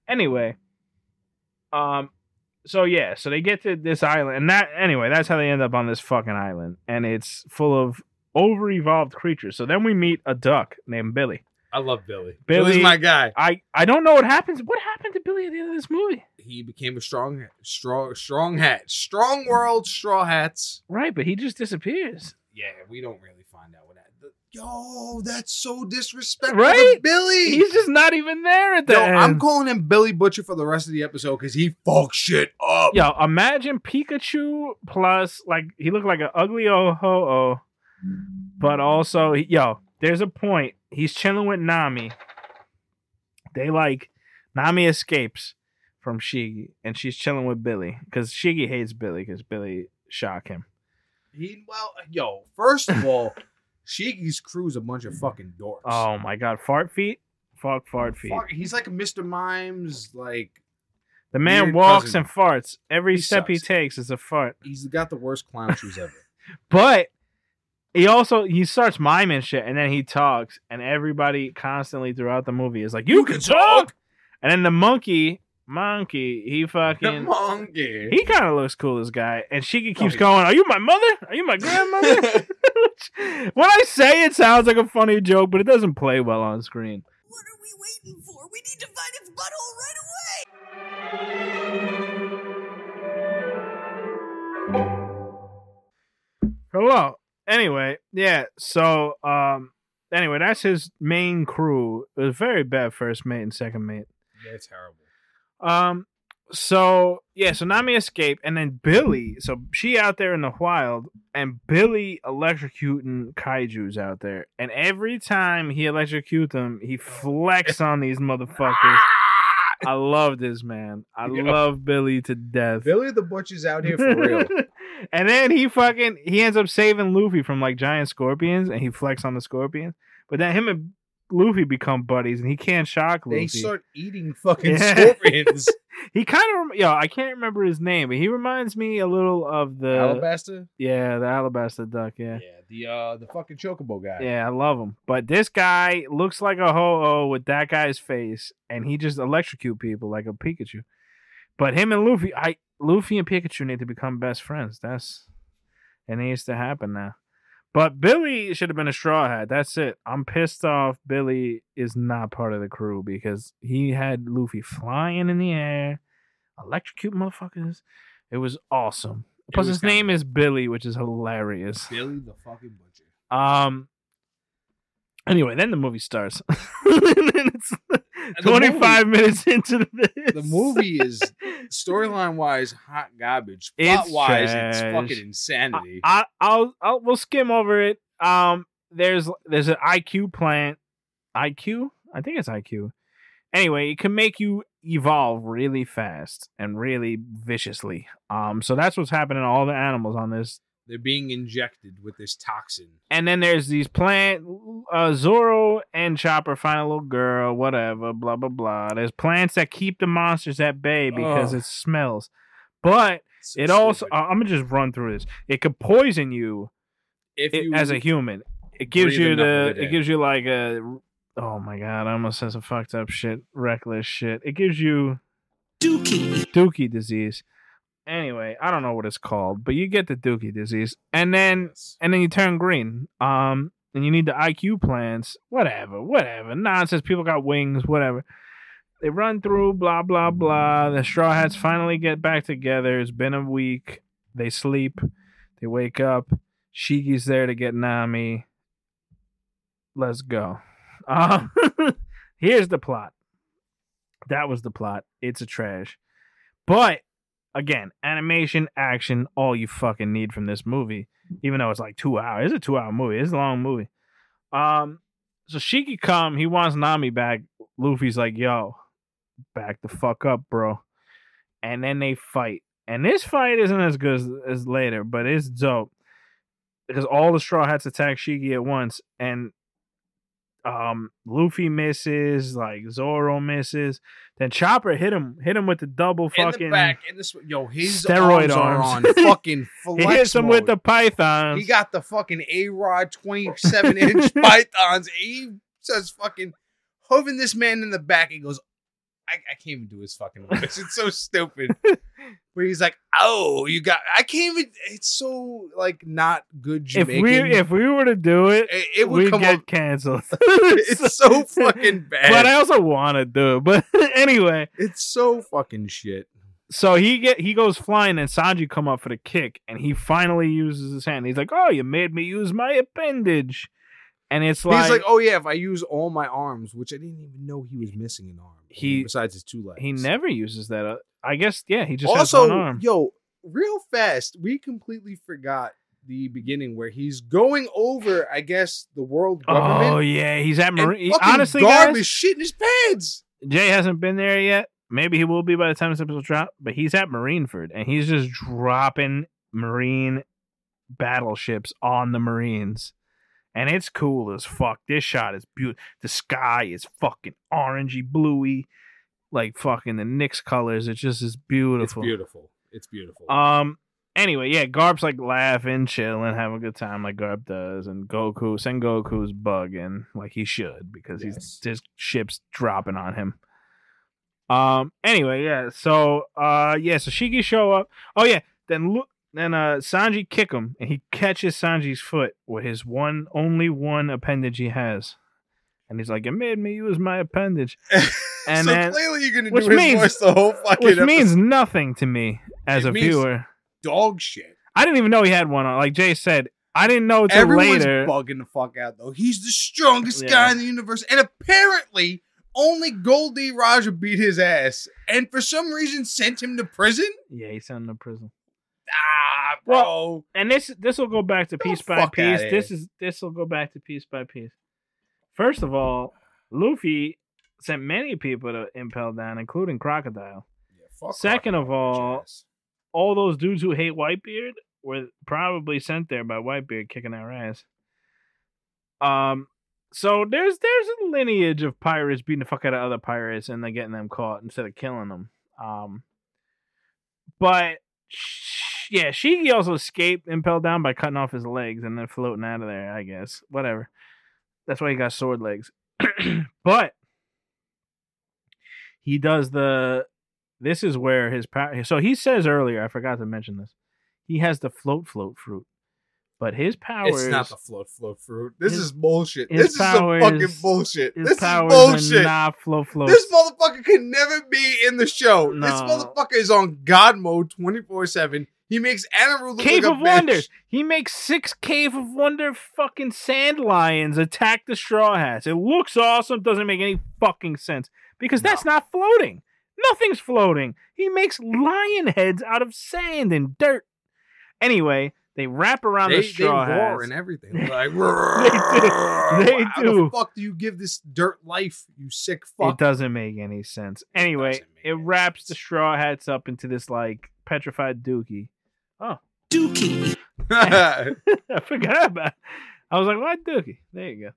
[SPEAKER 2] Anyway, um, so yeah, so they get to this island, and that anyway, that's how they end up on this fucking island, and it's full of over-evolved creatures. So then we meet a duck named Billy.
[SPEAKER 3] I love Billy.
[SPEAKER 2] Billy-
[SPEAKER 3] Billy's my guy.
[SPEAKER 2] I I don't know what happens. What happened to Billy at the end of this movie?
[SPEAKER 3] He became a strong, strong, strong hat, strong world straw hats.
[SPEAKER 2] Right, but he just disappears.
[SPEAKER 3] Yeah, we don't really find out what that. the- Yo, that's so disrespectful,
[SPEAKER 2] Right?
[SPEAKER 3] to Billy.
[SPEAKER 2] He's just not even there at the
[SPEAKER 3] Yo,
[SPEAKER 2] end.
[SPEAKER 3] I'm calling him Billy Butcher for the rest of the episode because he fucks shit up.
[SPEAKER 2] Yo, imagine Pikachu plus like he looked like an ugly oh ho oh, but also yo, there's a point. He's chilling with Nami. They like Nami escapes from Shiggy and she's chilling with Billy because Shiggy hates Billy because Billy shock him.
[SPEAKER 3] He, well, yo, first of all, Shiki's crew's a bunch of fucking dorks.
[SPEAKER 2] Oh my god, fart feet, fuck fart feet.
[SPEAKER 3] Fuck, he's like Mr. Mimes. Like
[SPEAKER 2] The man
[SPEAKER 3] Weird
[SPEAKER 2] walks
[SPEAKER 3] cousin.
[SPEAKER 2] and farts. Every
[SPEAKER 3] He
[SPEAKER 2] step he
[SPEAKER 3] sucks.
[SPEAKER 2] takes is a fart.
[SPEAKER 3] he's got the worst clown shoes ever.
[SPEAKER 2] But he also he starts miming shit and then he talks and everybody constantly throughout the movie is like, You, can, talk! And then the monkey, monkey, he
[SPEAKER 3] the
[SPEAKER 2] fucking
[SPEAKER 3] monkey.
[SPEAKER 2] he kind of looks cool, this guy, and she keeps
[SPEAKER 3] he-
[SPEAKER 2] going. Are you my mother? Are you my grandmother? Which- when I say it sounds like a funny joke, but it doesn't play well on screen.
[SPEAKER 6] What are we waiting for? We need to find its butthole right away!
[SPEAKER 2] Hello. Anyway, yeah. So, um, anyway, that's his main crew. It was very bad first mate and second mate.
[SPEAKER 3] yeah, terrible.
[SPEAKER 2] Um, So yeah, so Nami escape, and then Billy. So she out there in the wild, and Billy electrocuting kaiju's out there. And every time he electrocute them, he flex on these motherfuckers. I love this man. I
[SPEAKER 3] Yeah.
[SPEAKER 2] love Billy to death.
[SPEAKER 3] Billy the Butcher's out here for real.
[SPEAKER 2] and then he fucking he ends up saving Luffy from like giant scorpions, and he flex on the scorpions. But then him and Luffy become buddies, and he can't shock Luffy.
[SPEAKER 3] they start eating fucking
[SPEAKER 2] Yeah.
[SPEAKER 3] scorpions.
[SPEAKER 2] He kind of, rem- yo, I can't remember his name, but he reminds me a little of the,
[SPEAKER 3] Alabaster.
[SPEAKER 2] yeah, the Alabaster Duck, Uh, yeah.
[SPEAKER 3] the uh the fucking chocobo guy.
[SPEAKER 2] yeah, I love him. But this guy looks like a ho oh with that guy's face, and he just electrocute people like a Pikachu. But him and Luffy, I Luffy and Pikachu need to become best friends. That's it needs to happen now. But Billy should have been a straw hat. That's it. I'm pissed off. Billy is not part of the crew because he had Luffy flying in the air, electrocute motherfuckers. It was awesome.
[SPEAKER 3] It
[SPEAKER 2] Plus,
[SPEAKER 3] was
[SPEAKER 2] his name
[SPEAKER 3] kinda-
[SPEAKER 2] is Billy, which is hilarious.
[SPEAKER 3] Billy the fucking Butcher.
[SPEAKER 2] Um. Anyway, then the movie starts. And it's Twenty-five minutes into this,
[SPEAKER 3] The movie is storyline wise hot garbage.
[SPEAKER 2] It's
[SPEAKER 3] Plot wise, it's
[SPEAKER 2] trash.
[SPEAKER 3] fucking insanity.
[SPEAKER 2] I, I'll, I'll, we'll skim over it. Um, there's, there's an IQ plant. IQ, I think it's IQ. Anyway, it can make you evolve really fast and really viciously. Um, so that's what's happening to all the animals on this
[SPEAKER 3] They're being injected with this toxin.
[SPEAKER 2] and then there's these plant uh, Zoro and Chopper find a little girl, whatever, blah blah blah. There's plants that keep the monsters at bay because
[SPEAKER 3] Ugh.
[SPEAKER 2] it smells, but
[SPEAKER 3] So
[SPEAKER 2] it also uh,
[SPEAKER 3] stupid.
[SPEAKER 2] I- I'm gonna just run through this. It could poison you,
[SPEAKER 3] if
[SPEAKER 2] i-
[SPEAKER 3] you
[SPEAKER 2] as a human. It gives
[SPEAKER 3] breathe
[SPEAKER 2] you
[SPEAKER 3] enough
[SPEAKER 2] the
[SPEAKER 3] of it
[SPEAKER 2] it
[SPEAKER 3] in.
[SPEAKER 2] gives you like a oh my god, I almost said some fucked up shit, reckless shit. It gives you
[SPEAKER 6] Dookie.
[SPEAKER 2] Dookie disease. Anyway, I don't know what it's called, but you get the Dookie disease, and then and then you turn green. Um, and you need the IQ plants, whatever, whatever nonsense. People got wings, whatever. They run through, blah blah blah. The Straw Hats finally get back together. It's been a week. They sleep. They wake up. Shiki's there to get Nami. Let's go. Um, here's the plot. That was the plot. It's a trash. But again, animation, action, all you fucking need from this movie. Even though it's like two hours, it's a two hour movie. It's a long movie. Um, so Shiki come, he wants Nami back. Luffy's like, yo, back the fuck up, bro. And then they fight. And this fight isn't as good as, as later, but it's dope. Because all the straw hats attack Shiki at once, and um Luffy misses, like Zoro misses. Then Chopper hit him, hit him with the double
[SPEAKER 3] in
[SPEAKER 2] fucking
[SPEAKER 3] the back, in this yo, his
[SPEAKER 2] steroid
[SPEAKER 3] steroid arms,
[SPEAKER 2] arms.
[SPEAKER 3] are on fucking
[SPEAKER 2] He
[SPEAKER 3] flex
[SPEAKER 2] hits him with
[SPEAKER 3] mode.
[SPEAKER 2] the pythons.
[SPEAKER 3] He got the fucking A Rod 27 inch pythons. He says fucking hooving this man in the back. He goes, I, I can't even do his fucking voice. It's so stupid. Where he's like, oh, you got, I can't even, it's so like not good
[SPEAKER 2] if
[SPEAKER 3] Jamaican.
[SPEAKER 2] we if we were to do it,
[SPEAKER 3] it, it would
[SPEAKER 2] we'd
[SPEAKER 3] come
[SPEAKER 2] get
[SPEAKER 3] up.
[SPEAKER 2] canceled.
[SPEAKER 3] It's so fucking bad.
[SPEAKER 2] But I also want to do it. But anyway,
[SPEAKER 3] it's so fucking shit.
[SPEAKER 2] so he get he goes flying, and Sanji come up for the kick, and he finally uses his hand. He's like, "Oh, you made me use my appendage," and it's like,
[SPEAKER 3] he's like, oh yeah, if I use all my arms, which I didn't even know he was missing an arm.
[SPEAKER 2] He-
[SPEAKER 3] besides his two legs.
[SPEAKER 2] he never uses that. uh, I guess yeah, he just has one
[SPEAKER 3] "Oh." also,
[SPEAKER 2] arm.
[SPEAKER 3] yo, real fast, we completely forgot the beginning where he's going over, I guess, the world
[SPEAKER 2] Oh
[SPEAKER 3] government.
[SPEAKER 2] yeah, he's at
[SPEAKER 3] and
[SPEAKER 2] Marine.
[SPEAKER 3] fucking
[SPEAKER 2] Honestly,
[SPEAKER 3] Garb
[SPEAKER 2] guys,
[SPEAKER 3] is shit in his pants.
[SPEAKER 2] Jay hasn't been there yet. Maybe he will be by the time this episode drop, but he's at Marineford and he's just dropping Marine battleships on the Marines. And it's cool as fuck. This shot is beautiful. The sky is fucking orangey bluey, like fucking the Knicks colors. It just is beautiful.
[SPEAKER 3] It's beautiful. It's beautiful.
[SPEAKER 2] Um. Anyway, yeah, Garb's like laughing, chilling, having a good time, like Garb does, and Goku, send Goku's bugging like he should because
[SPEAKER 3] Yes.
[SPEAKER 2] he's his ship's dropping on him. Um. Anyway, yeah. So, uh, yeah. So Shiki show up. Oh yeah. Then look. Then uh, Sanji kick him, and he catches Sanji's foot with his one, only one appendage he has, and he's like, "It made me use my appendage," and
[SPEAKER 3] so
[SPEAKER 2] then-
[SPEAKER 3] clearly you're gonna
[SPEAKER 2] which
[SPEAKER 3] do his
[SPEAKER 2] means-
[SPEAKER 3] voice the whole fucking
[SPEAKER 2] which
[SPEAKER 3] episode.
[SPEAKER 2] means nothing to me as
[SPEAKER 3] It
[SPEAKER 2] a
[SPEAKER 3] means-
[SPEAKER 2] viewer.
[SPEAKER 3] dog shit.
[SPEAKER 2] I didn't even know he had one on. Like Jay said, I didn't know till
[SPEAKER 3] Everyone's
[SPEAKER 2] later.
[SPEAKER 3] bugging the fuck out though. He's the strongest
[SPEAKER 2] Yeah.
[SPEAKER 3] guy in the universe, and apparently Only Goldie Roger beat his ass, and for some reason sent him to prison.
[SPEAKER 2] Yeah, he sent him to prison.
[SPEAKER 3] Ah, bro.
[SPEAKER 2] Well, and this this will go back to
[SPEAKER 3] Get the
[SPEAKER 2] piece by
[SPEAKER 3] fuck
[SPEAKER 2] piece.
[SPEAKER 3] outta
[SPEAKER 2] This is this will go back to piece by piece. First of all, Luffy sent many people to impel down, including Crocodile.
[SPEAKER 3] Yeah, fuck
[SPEAKER 2] Second of all,
[SPEAKER 3] Yes.
[SPEAKER 2] all those dudes who hate Whitebeard were probably sent there by Whitebeard kicking our ass. Um, so there's there's a lineage of pirates beating the fuck out of other pirates and then getting them caught instead of killing them. Um, but sh- yeah, Shiki also escaped impelled down by cutting off his legs and then floating out of there. I guess whatever. That's why he got sword legs. but he does the this is where his power. So he says earlier, I forgot to mention this. He has the float float fruit, but his power
[SPEAKER 3] It's
[SPEAKER 2] is
[SPEAKER 3] not the float float fruit. This
[SPEAKER 2] His-
[SPEAKER 3] is bullshit.
[SPEAKER 2] his
[SPEAKER 3] This is some
[SPEAKER 2] powers-
[SPEAKER 3] fucking bullshit.
[SPEAKER 2] his
[SPEAKER 3] This is
[SPEAKER 2] powers
[SPEAKER 3] bullshit.
[SPEAKER 2] are not float float.
[SPEAKER 3] This motherfucker could never be in the show.
[SPEAKER 2] No.
[SPEAKER 3] This motherfucker is on God mode twenty four seven. He makes Anaru look
[SPEAKER 2] Cave
[SPEAKER 3] like
[SPEAKER 2] of
[SPEAKER 3] a bitch.
[SPEAKER 2] Wonders. He makes six Cave of Wonder fucking sand lions attack the Straw Hats. It looks awesome. Doesn't make any fucking sense because that's not floating. Nothing's floating. He makes lion heads out of sand and dirt. Anyway, they wrap around
[SPEAKER 3] They,
[SPEAKER 2] the
[SPEAKER 3] they
[SPEAKER 2] Straw Hats.
[SPEAKER 3] roar and everything. Like,
[SPEAKER 2] They
[SPEAKER 3] How
[SPEAKER 2] do.
[SPEAKER 3] the fuck do you give this dirt life, you sick
[SPEAKER 2] It
[SPEAKER 3] fuck?
[SPEAKER 2] doesn't make any sense. Anyway,
[SPEAKER 3] doesn't make
[SPEAKER 2] it
[SPEAKER 3] any
[SPEAKER 2] wraps
[SPEAKER 3] sense.
[SPEAKER 2] the Straw Hats up into this like petrified dookie.
[SPEAKER 6] Dookie.
[SPEAKER 2] I forgot about. I was like, "What Dookie?" There you go.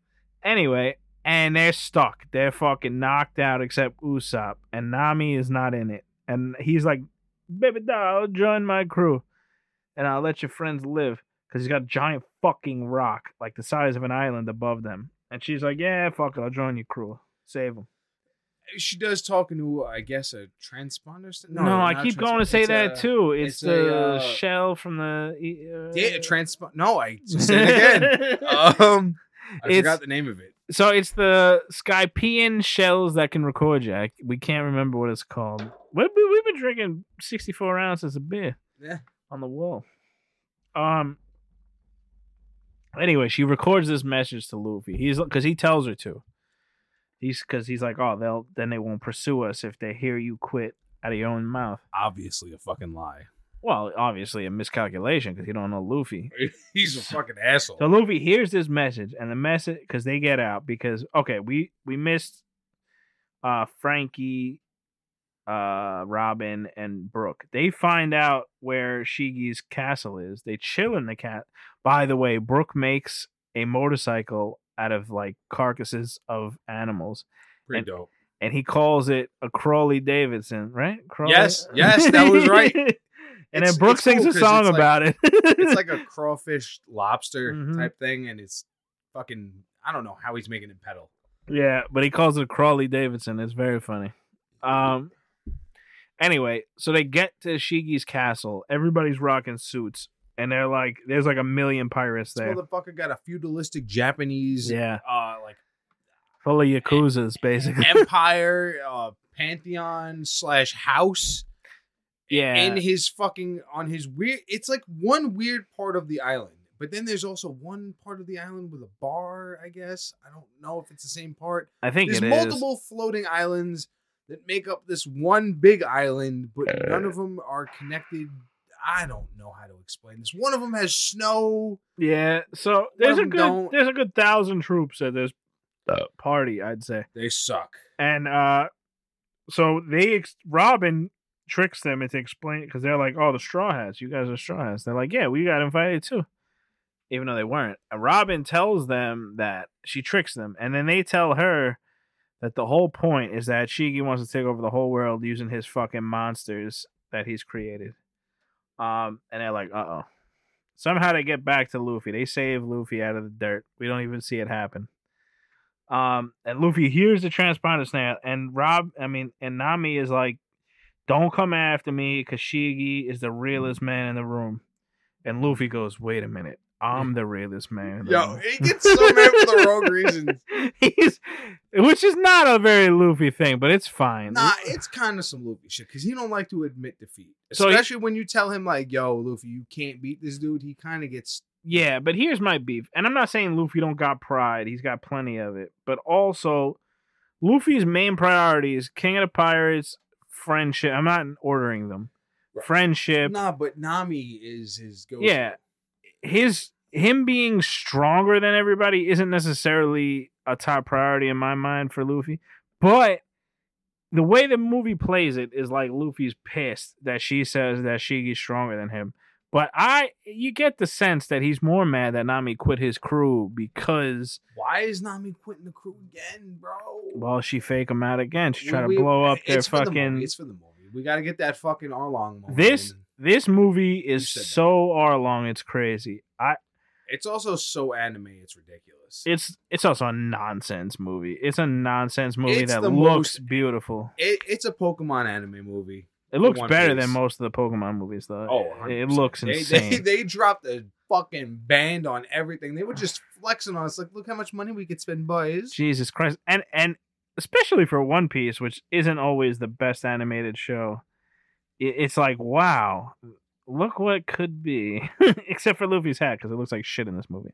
[SPEAKER 2] Anyway, and they're stuck. They're fucking knocked out, except Usopp, and Nami is not in it. And he's like, "Baby doll, join my crew, and I'll let your friends live." Because he's got a giant fucking rock, like the size of an island, above them. And she's like, "Yeah, fuck it, I'll join your crew. Save them."
[SPEAKER 3] she does talking to, I guess, a transponder. st-
[SPEAKER 2] No, I
[SPEAKER 3] not
[SPEAKER 2] keep
[SPEAKER 3] transponder.
[SPEAKER 2] going to say
[SPEAKER 3] It's
[SPEAKER 2] that
[SPEAKER 3] a-
[SPEAKER 2] too. It's,
[SPEAKER 3] it's
[SPEAKER 2] the
[SPEAKER 3] a, uh,
[SPEAKER 2] shell from the. Uh,
[SPEAKER 3] Yeah, a transponder. No, I just said it again. um, I
[SPEAKER 2] It's-
[SPEAKER 3] forgot the name of it.
[SPEAKER 2] So it's the Skypean shells that can record you. I, we can't remember what it's called. We, we, we've been drinking 64 ounces of beer
[SPEAKER 3] Yeah.
[SPEAKER 2] on the wall. Um. Anyway, she records this message to Luffy. He's because he tells her to. He's because he's like, oh, they'll then they won't pursue us if they hear you quit out of your own mouth.
[SPEAKER 3] Obviously, a fucking lie.
[SPEAKER 2] Well, obviously a miscalculation because you don't know Luffy.
[SPEAKER 3] He's a fucking asshole.
[SPEAKER 2] So Luffy hears this message, and the message because they get out because okay, we we missed uh Frankie, uh Robin, and Brooke. They find out where Shigi's castle is. They chill in the cat. By the way, Brooke makes a motorcycle out of like carcasses of animals,
[SPEAKER 3] Pretty
[SPEAKER 2] and-
[SPEAKER 3] dope.
[SPEAKER 2] and he calls it a Crawley Davidson, right? Crawley?
[SPEAKER 3] Yes, yes, that was right.
[SPEAKER 2] and
[SPEAKER 3] It's-
[SPEAKER 2] then Brooke
[SPEAKER 3] it's
[SPEAKER 2] sings
[SPEAKER 3] cool
[SPEAKER 2] a
[SPEAKER 3] 'cause
[SPEAKER 2] song
[SPEAKER 3] it's like-
[SPEAKER 2] about it.
[SPEAKER 3] It's like a crawfish lobster
[SPEAKER 2] Mhm.
[SPEAKER 3] type thing, and it's fucking. I don't know how he's making it pedal.
[SPEAKER 2] Yeah, but he calls it Crawley Davidson. It's very funny. Um. Anyway, so they get to Shigi's castle. Everybody's rocking suits, and they're like, "There's like a million pirates
[SPEAKER 3] This
[SPEAKER 2] there."
[SPEAKER 3] motherfucker got a feudalistic Japanese,
[SPEAKER 2] Yeah,
[SPEAKER 3] uh, like
[SPEAKER 2] full of yakuza's, basically.
[SPEAKER 3] empire, uh, pantheon slash house.
[SPEAKER 2] Yeah,
[SPEAKER 3] in his fucking on his weird it's like one weird part of the island but then there's also one part of the island with a bar i guess i don't know if it's the same part
[SPEAKER 2] I think it
[SPEAKER 3] there's
[SPEAKER 2] is.
[SPEAKER 3] multiple floating islands that make up this one big island but none
[SPEAKER 2] Uh.
[SPEAKER 3] of them are connected i don't know how to explain this one of them has snow
[SPEAKER 2] Yeah, so there's a
[SPEAKER 3] them
[SPEAKER 2] good
[SPEAKER 3] don't.
[SPEAKER 2] there's a good thousand troops at this party, I'd say.
[SPEAKER 3] they suck
[SPEAKER 2] And uh, so they ex- Robin tricks them into explaining because they're like, "Oh, the straw hats. You guys are straw hats." They're like, "Yeah, we got invited too," even though they weren't. And Robin tells them that she tricks them, and then they tell her that the whole point is that Shigi wants to take over the whole world using his fucking monsters that he's created. Um, and they're like, "Uh oh." Somehow they get back to Luffy. They save Luffy out of the dirt. We don't even see it happen. Um, and Luffy hears the transponder snap, and Rob, I mean, and Nami is like, "Don't come after me, because Shigi is the realest man in the room." And Luffy goes, "Wait a minute, I'm the realest man." In the
[SPEAKER 3] yo
[SPEAKER 2] room.
[SPEAKER 3] he gets so mad for the wrong reasons
[SPEAKER 2] He's, which is not a very Luffy thing, but it's fine.
[SPEAKER 3] Nah, it's kind of some Luffy shit because he don't like to admit defeat,
[SPEAKER 2] So he-
[SPEAKER 3] especially when you tell him like, "Yo, Luffy, you can't beat this dude." He kind of gets
[SPEAKER 2] Yeah, but here's my beef, and I'm not saying Luffy don't got pride; he's got plenty of it. But also, Luffy's main priority is King of the Pirates, friendship. I'm not ordering them.
[SPEAKER 3] Right.
[SPEAKER 2] Friendship.
[SPEAKER 3] Nah, but Nami is his go.
[SPEAKER 2] Yeah. His him being stronger than everybody isn't necessarily a top priority in my mind for Luffy. But the way the movie plays it is like Luffy's pissed that she says that Shigi's stronger than him. But I you get the sense that he's more mad that Nami quit his crew because
[SPEAKER 3] Why is Nami quitting the crew again, bro?
[SPEAKER 2] well she fake him out again. She try to
[SPEAKER 3] We- we-
[SPEAKER 2] blow up their
[SPEAKER 3] it's for the movie,
[SPEAKER 2] fucking
[SPEAKER 3] it's for the movie. We got to get that fucking Arlong moment.
[SPEAKER 2] This
[SPEAKER 3] in.
[SPEAKER 2] this movie is
[SPEAKER 3] said that.
[SPEAKER 2] so R long, it's crazy. I
[SPEAKER 3] It's also so anime. It's ridiculous.
[SPEAKER 2] it's it's also a nonsense movie. It's a nonsense movie
[SPEAKER 3] It's
[SPEAKER 2] that
[SPEAKER 3] the
[SPEAKER 2] looks
[SPEAKER 3] most-
[SPEAKER 2] beautiful.
[SPEAKER 3] It, it's a Pokemon anime movie.
[SPEAKER 2] It looks
[SPEAKER 3] One
[SPEAKER 2] better
[SPEAKER 3] Piece.
[SPEAKER 2] than most of the Pokemon movies, though.
[SPEAKER 3] Oh,
[SPEAKER 2] It- it
[SPEAKER 3] 100%.
[SPEAKER 2] looks
[SPEAKER 3] They-
[SPEAKER 2] insane.
[SPEAKER 3] They, they, dropped a fucking band on everything. They were just flexing on us. Like, look how much money we could spend, boys.
[SPEAKER 2] Jesus Christ, and and especially for One Piece, which isn't always the best animated show, it, it's like wow, look what could be. Except for Luffy's hat, because it looks like shit in this movie.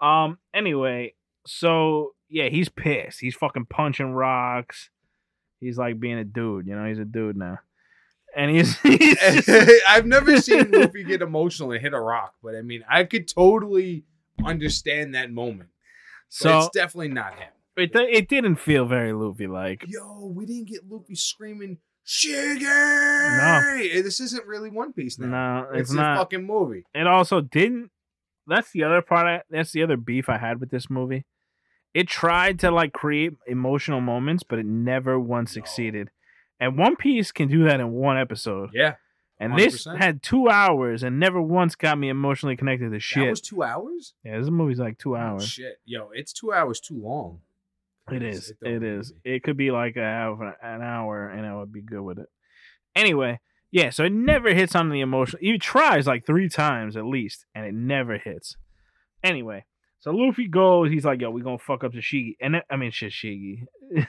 [SPEAKER 2] Um. Anyway, so yeah, he's pissed. He's fucking punching rocks. He's like being a dude. You know, he's a dude now, and he's he's just,
[SPEAKER 3] I've never seen Luffy get emotional and hit a rock, but I mean, I could totally understand that moment. But
[SPEAKER 2] so
[SPEAKER 3] it's definitely not him.
[SPEAKER 2] it it didn't feel very Luffy like.
[SPEAKER 3] Yo, we didn't get Luffy screaming, Sugar! This isn't really One Piece now.
[SPEAKER 2] No,
[SPEAKER 3] it's,
[SPEAKER 2] it's, not.
[SPEAKER 3] a fucking movie.
[SPEAKER 2] it also didn't that's the other part I, that's the other beef i had with this movie it tried to like create emotional moments but it never once succeeded and one piece can do that in one episode
[SPEAKER 3] Yeah.
[SPEAKER 2] and this
[SPEAKER 3] 100%.
[SPEAKER 2] had two hours and never once got me emotionally connected to
[SPEAKER 3] That
[SPEAKER 2] shit
[SPEAKER 3] was two hours?
[SPEAKER 2] yeah this movie's like two hours
[SPEAKER 3] Shit. Yo, it's two hours too long.
[SPEAKER 2] it is
[SPEAKER 3] don't
[SPEAKER 2] it
[SPEAKER 3] need to
[SPEAKER 2] is
[SPEAKER 3] be.
[SPEAKER 2] it could be like a half an- an hour and i would be good with it anyway yeah so it never hits on the emotional he tries like three times at least and it never hits Anyway, so Luffy goes. He's like, "Yo, we gonna fuck up to Shigi," and then, I mean, shit, Shigi,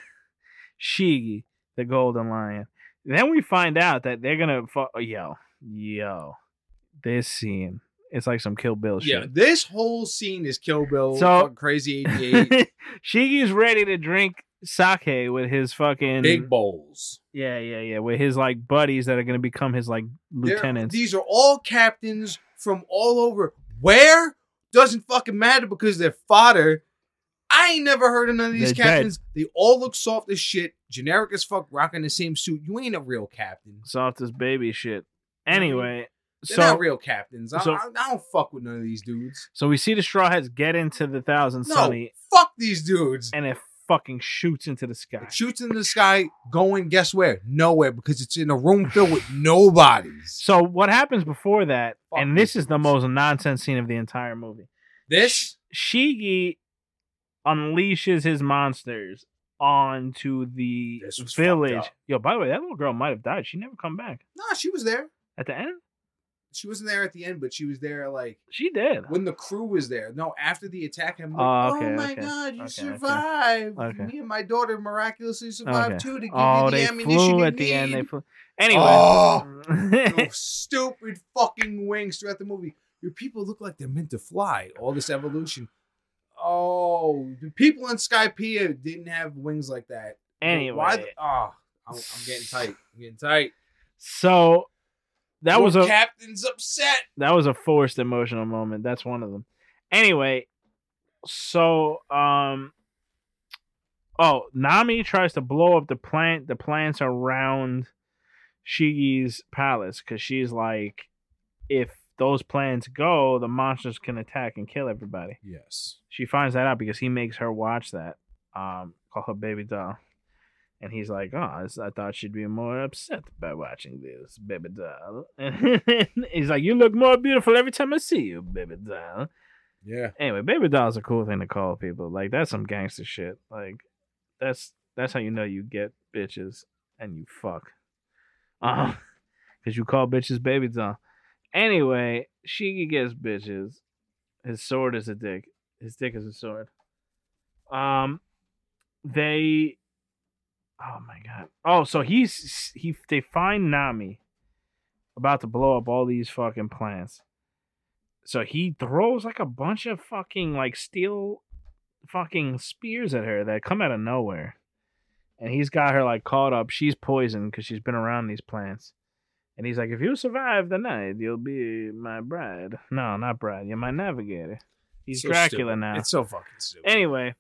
[SPEAKER 2] Shigi, the Golden Lion. Then we find out that they're gonna fuck. Yo, yo, this scene. It's like some Kill Bill
[SPEAKER 3] Yeah,
[SPEAKER 2] shit.
[SPEAKER 3] this whole scene is Kill Bill,
[SPEAKER 2] So-
[SPEAKER 3] fucking Crazy 88,
[SPEAKER 2] Shigi's ready to drink sake with his fucking
[SPEAKER 3] Big Bowls.
[SPEAKER 2] yeah, yeah, yeah, with his like buddies that are gonna become his like
[SPEAKER 3] They're-
[SPEAKER 2] lieutenants.
[SPEAKER 3] These are all captains from all over. Where? Doesn't fucking matter because they're fodder. I ain't never heard of none of these
[SPEAKER 2] They're dead.
[SPEAKER 3] captains. They all look soft as shit, generic as fuck, rocking the same suit. You ain't a real captain.
[SPEAKER 2] Soft as baby shit. Anyway,
[SPEAKER 3] They're
[SPEAKER 2] so
[SPEAKER 3] not real captains. I,
[SPEAKER 2] so-
[SPEAKER 3] I, I don't fuck with none of these dudes.
[SPEAKER 2] so we see the straw hats get into the thousand
[SPEAKER 3] No,
[SPEAKER 2] sunny
[SPEAKER 3] fuck these dudes.
[SPEAKER 2] and it fucking shoots into the sky.
[SPEAKER 3] It shoots in the sky, going guess where? Nowhere because it's in a room filled with nobodies.
[SPEAKER 2] So what happens before that?
[SPEAKER 3] Fuck
[SPEAKER 2] and this
[SPEAKER 3] these
[SPEAKER 2] is the
[SPEAKER 3] dudes.
[SPEAKER 2] most nonsense scene of the entire movie.
[SPEAKER 3] This
[SPEAKER 2] Shigi unleashes his monsters onto the
[SPEAKER 3] This was fucked
[SPEAKER 2] village.
[SPEAKER 3] up.
[SPEAKER 2] Yo, by the way, that little girl might have died. She never come back.
[SPEAKER 3] No, she was there.
[SPEAKER 2] At the end,
[SPEAKER 3] She wasn't there at the end, but she was there like
[SPEAKER 2] she did.
[SPEAKER 3] when the crew was there. No, after the attack, I'm like,
[SPEAKER 2] Oh,
[SPEAKER 3] oh,
[SPEAKER 2] okay,
[SPEAKER 3] my
[SPEAKER 2] okay,
[SPEAKER 3] god,
[SPEAKER 2] okay,
[SPEAKER 3] you
[SPEAKER 2] okay,
[SPEAKER 3] survived.
[SPEAKER 2] okay.
[SPEAKER 3] Me and my daughter miraculously survived
[SPEAKER 2] Okay.
[SPEAKER 3] too to give
[SPEAKER 2] Oh,
[SPEAKER 3] you the
[SPEAKER 2] they
[SPEAKER 3] ammunition you
[SPEAKER 2] flew at
[SPEAKER 3] need.
[SPEAKER 2] the end. They flew. Anyway.
[SPEAKER 3] Oh, stupid fucking wings throughout the movie. Your people look like they're meant to fly. All this evolution. Oh, the people in Skypea didn't have wings like that.
[SPEAKER 2] anyway.
[SPEAKER 3] Why the, oh, I'm, I'm getting tight. I'm getting tight.
[SPEAKER 2] so that
[SPEAKER 3] Your
[SPEAKER 2] was a
[SPEAKER 3] captain's upset.
[SPEAKER 2] that was a forced emotional moment. That's one of them. Anyway, so um oh, Nami tries to blow up the plant, the plants around Shigi's palace cuz she's like if those plants go, the monsters can attack and kill everybody.
[SPEAKER 3] Yes.
[SPEAKER 2] She finds that out because he makes her watch that. Um call her baby doll. And he's like, oh, I s- I thought she'd be more upset by watching this, baby doll. And he's like, you look more beautiful every time I see you, baby doll.
[SPEAKER 3] Yeah.
[SPEAKER 2] Anyway, baby doll's a cool thing to call people. Like, that's some gangster shit. Like, that's that's how you know you get bitches and you fuck. Um, because you call bitches baby doll. Anyway, Shiggy gets bitches. His sword is a dick. His dick is a sword. Um, they. Oh my god. Oh, so he's he. They find Nami about to blow up all these fucking plants. So he throws like a bunch of fucking like steel, fucking spears at her that come out of nowhere. and he's got her like caught up. She's poisoned because she's been around these plants. And he's like, if you survive the night, you'll be my bride. No, not bride. You're my navigator. He's
[SPEAKER 7] So
[SPEAKER 2] Dracula
[SPEAKER 7] stupid.
[SPEAKER 2] now.
[SPEAKER 7] It's so fucking stupid.
[SPEAKER 2] Anyway,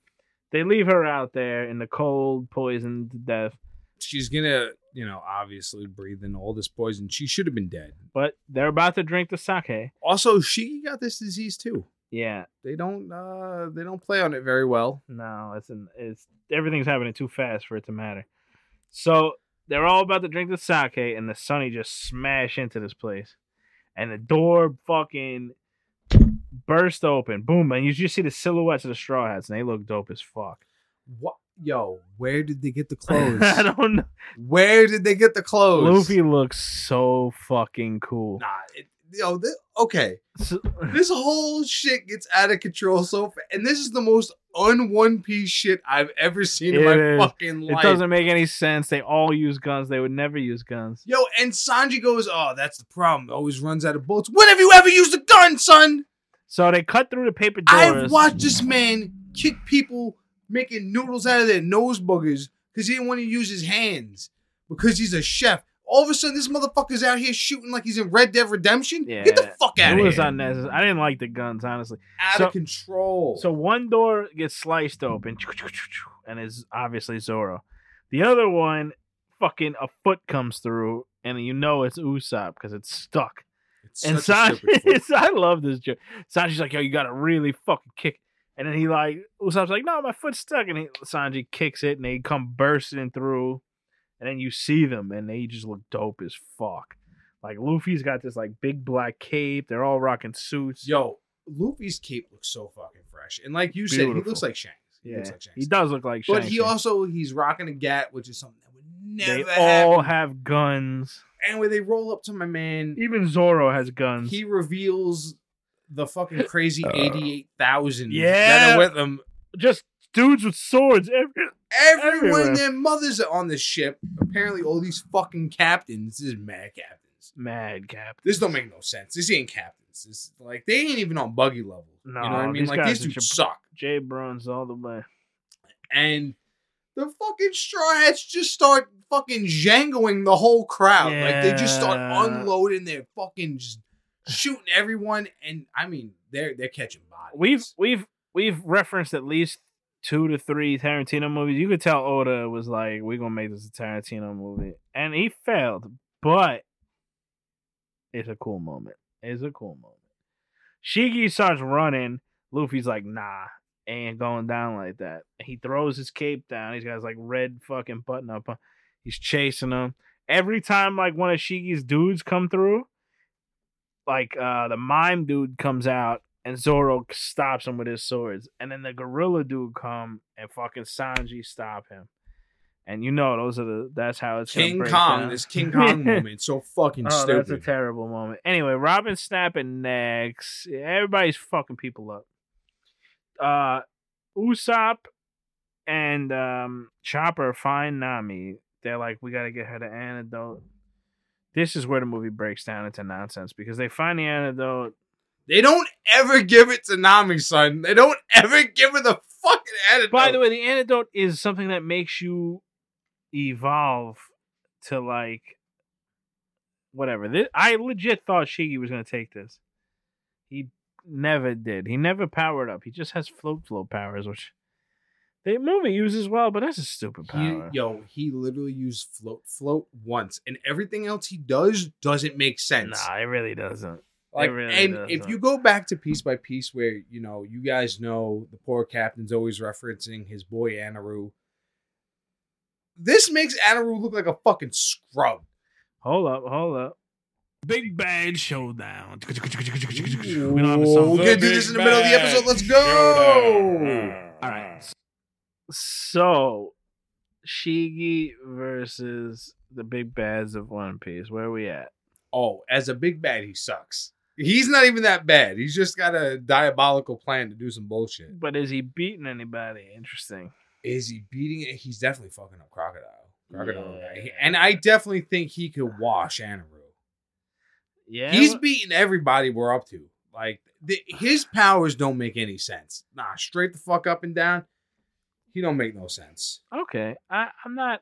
[SPEAKER 2] they leave her out there in the cold, poisoned to death.
[SPEAKER 7] she's gonna, you know, obviously breathe in all this poison. She should have been dead.
[SPEAKER 2] But they're about to drink the sake.
[SPEAKER 3] Also, she got this disease too.
[SPEAKER 2] Yeah,
[SPEAKER 3] They don't uh they don't play on it very well.
[SPEAKER 2] no, it's an, it's everything's happening too fast for it to matter. So they're all about to drink the sake, and the sunny just smash into this place, and the door fucking burst open, boom, and you just see the silhouettes of the straw hats, and they look dope as fuck.
[SPEAKER 3] What yo, where did they get the
[SPEAKER 2] I don't know.
[SPEAKER 3] where did they get the clothes?
[SPEAKER 2] Luffy looks so fucking cool.
[SPEAKER 3] Nah, it, yo, thi- okay.
[SPEAKER 2] So-
[SPEAKER 3] This whole shit gets out of control so fast. And this is the most un One Piece shit I've ever seen in
[SPEAKER 2] It
[SPEAKER 3] my
[SPEAKER 2] is.
[SPEAKER 3] fucking
[SPEAKER 2] It
[SPEAKER 3] life.
[SPEAKER 2] doesn't make any sense. They all use guns. They would never use guns.
[SPEAKER 3] Yo, and Sanji goes, Oh, that's the problem. Always runs out of bullets. When have you ever used a gun, son?
[SPEAKER 2] So they cut through the paper doors.
[SPEAKER 3] I've watched this man kick people making noodles out of their nose boogers because he didn't want to use his hands because he's a chef. All of a sudden, this motherfucker's out here shooting like he's in Red Dead Redemption. Get the
[SPEAKER 2] Yeah.
[SPEAKER 3] fuck out
[SPEAKER 2] It
[SPEAKER 3] of
[SPEAKER 2] was
[SPEAKER 3] here.
[SPEAKER 2] unnecessary. I didn't like the guns, honestly.
[SPEAKER 3] out
[SPEAKER 2] so-
[SPEAKER 3] of control.
[SPEAKER 2] So one door gets sliced open, and it's obviously Zoro. The other one, fucking a foot comes through, and you know it's Usopp because it's stuck.
[SPEAKER 7] It's
[SPEAKER 2] and
[SPEAKER 7] such a stupid
[SPEAKER 2] Sanji, I love this joke. Sanji's like, "Yo, you got to really fucking kick." And then he like Usopp's like, "No, my foot's stuck." And he, Sanji kicks it, and they come bursting through. And then you see them, and they just look dope as fuck. Like Luffy's got this like big black cape. They're all rocking suits.
[SPEAKER 7] Yo, Luffy's cape looks so fucking fresh, and like you said, he
[SPEAKER 2] Beautiful.
[SPEAKER 7] looks like Shanks. He
[SPEAKER 2] yeah,
[SPEAKER 7] looks like Shanks.
[SPEAKER 2] he does look like.
[SPEAKER 3] but he
[SPEAKER 2] Shang-Chi.
[SPEAKER 3] also, he's rocking a gat, which is something that would
[SPEAKER 2] They
[SPEAKER 3] never happen.
[SPEAKER 2] all have guns.
[SPEAKER 3] And when they roll up to my man,
[SPEAKER 2] Even Zoro has guns.
[SPEAKER 3] he reveals the fucking crazy 88,000 that
[SPEAKER 2] Uh, Yeah.
[SPEAKER 3] are with him.
[SPEAKER 2] Just dudes with swords. Every-
[SPEAKER 3] Everyone,
[SPEAKER 2] Everywhere.
[SPEAKER 3] their mothers are on this ship. Apparently, all these fucking captains. This is mad captains.
[SPEAKER 2] Mad Cap.
[SPEAKER 3] This don't make no sense. This ain't captains. This like they ain't even on buggy level. you know what I
[SPEAKER 2] No,
[SPEAKER 3] mean?
[SPEAKER 2] these
[SPEAKER 3] Like
[SPEAKER 2] guys
[SPEAKER 3] these
[SPEAKER 2] are
[SPEAKER 3] dudes
[SPEAKER 2] just-
[SPEAKER 3] suck.
[SPEAKER 2] Jay Bruns all the way.
[SPEAKER 3] And the fucking straw hats just start fucking jangling the whole crowd. Like they just start
[SPEAKER 2] Yeah.
[SPEAKER 3] unloading their fucking just shooting everyone. And I mean, they're they're catching bodies.
[SPEAKER 2] We've we've we've referenced at least two to three Tarantino movies. You could tell Oda was like, "We're gonna make this a Tarantino movie," and he failed. But it's a cool moment. It's a cool moment. Shiki starts running. Luffy's like, "Nah." Ain't going down like that. He throws his cape down. He's got his like red fucking button up. on. He's chasing him. Every time like one of Shigi's dudes come through, like uh the mime dude comes out and Zoro stops him with his swords. And then the gorilla dude come and fucking Sanji stop him. And you know those are the that's how it's gonna
[SPEAKER 3] King
[SPEAKER 2] break
[SPEAKER 3] Kong,
[SPEAKER 2] down.
[SPEAKER 3] this King Kong moment, so fucking
[SPEAKER 2] Oh,
[SPEAKER 3] stupid.
[SPEAKER 2] that's a terrible moment. Anyway, Robin snapping next. Everybody's fucking people up. Uh Usopp and um Chopper find Nami. They're like, we gotta get her the antidote. This is where the movie breaks down into nonsense because they find the antidote.
[SPEAKER 3] They don't ever give it to Nami, son. They don't ever give her the fucking antidote.
[SPEAKER 2] By the way, the antidote is something that makes you evolve to like whatever. This, I legit thought Shiggy was gonna take this. He never did. He never powered up. He just has float float powers, which the movie uses well, but that's a stupid
[SPEAKER 3] he,
[SPEAKER 2] power.
[SPEAKER 3] yo, he literally used float float once, and everything else he does doesn't make sense.
[SPEAKER 2] nah, it really doesn't.
[SPEAKER 3] like,
[SPEAKER 2] really
[SPEAKER 3] and
[SPEAKER 2] does,
[SPEAKER 3] if
[SPEAKER 2] huh?
[SPEAKER 3] you go back to piece by piece, where you know you guys know the poor captain's always referencing his boy Anaru. This makes Anaru look like a fucking scrub.
[SPEAKER 2] Hold up, hold up.
[SPEAKER 7] Big Bad Showdown.
[SPEAKER 3] We don't have a song. We're gonna do this in the middle of the episode. Let's go.
[SPEAKER 7] All right.
[SPEAKER 2] So, Shiggy versus the big bads of One Piece. Where we at?
[SPEAKER 3] oh, as a big bad, he sucks. He's not even that bad. He's just got a diabolical plan to do some bullshit.
[SPEAKER 2] But is he beating anybody? Interesting.
[SPEAKER 3] Is he beating it? He's definitely fucking up Crocodile. Crocodile
[SPEAKER 2] Yeah.
[SPEAKER 3] guy. And I definitely think he could wash Anaru.
[SPEAKER 2] Yeah.
[SPEAKER 3] He's
[SPEAKER 2] wh-
[SPEAKER 3] beating everybody we're up to. Like the, his powers don't make any sense. Nah, straight the fuck up and down.
[SPEAKER 7] He don't make no sense.
[SPEAKER 2] Okay, I, I'm not.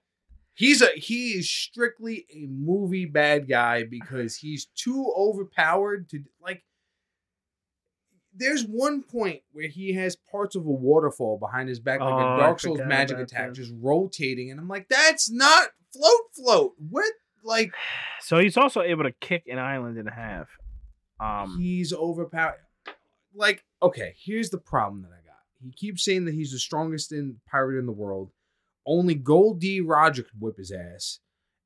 [SPEAKER 3] He's a he is strictly a movie bad guy because he's too overpowered to like. There's one point where he has parts of a waterfall behind his back, like
[SPEAKER 2] Oh, I
[SPEAKER 3] a Dark Souls
[SPEAKER 2] forgot
[SPEAKER 3] magic
[SPEAKER 2] about
[SPEAKER 3] attack,
[SPEAKER 2] that.
[SPEAKER 3] just rotating, and I'm like, that's not float, float. What like
[SPEAKER 2] So he's also able to kick an island in half. Um,
[SPEAKER 3] he's overpowered. Like, okay, here's the problem that I got. He keeps saying that he's the strongest in pirate in the world. Only Gold D. Roger could whip his ass.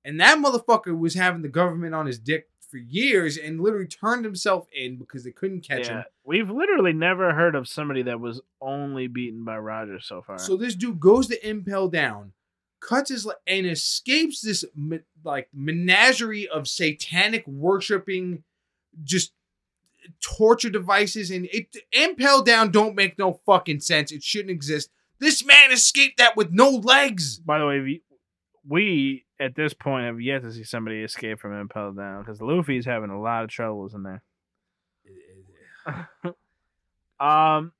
[SPEAKER 3] And that motherfucker was having the government on his dick for years and literally turned himself in because they couldn't catch
[SPEAKER 2] yeah,
[SPEAKER 3] him.
[SPEAKER 2] we've literally never heard of somebody that was only beaten by Roger so far.
[SPEAKER 3] So this dude goes to impel down, cuts his le- and escapes this me- like menagerie of satanic worshiping, just torture devices. And it impel down don't make no fucking sense. It shouldn't exist. This man escaped that with no legs.
[SPEAKER 2] by the way, we- we at this point have yet to see somebody escape from Impel Down because Luffy's having a lot of troubles in there. um,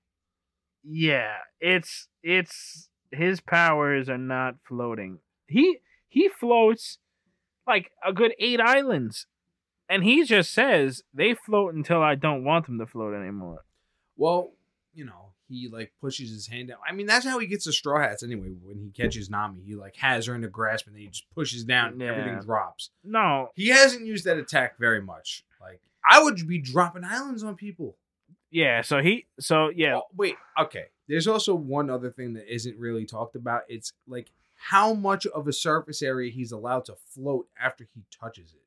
[SPEAKER 2] yeah, it's it's his powers are not floating. He he floats like a good eight islands, and he just says they float until I don't want them to float anymore.
[SPEAKER 3] Well, you know, he like pushes his hand down. I mean, that's how he gets the straw hats anyway. When he catches Nami, he like has her in the grasp and then he just pushes down and
[SPEAKER 2] Yeah.
[SPEAKER 3] everything drops.
[SPEAKER 2] No,
[SPEAKER 3] He hasn't used that attack very much. Like I would be dropping islands on people.
[SPEAKER 2] yeah, so he so yeah,
[SPEAKER 3] Oh, wait, okay. There's also one other thing that isn't really talked about. It's like how much of a surface area he's allowed to float after he touches it.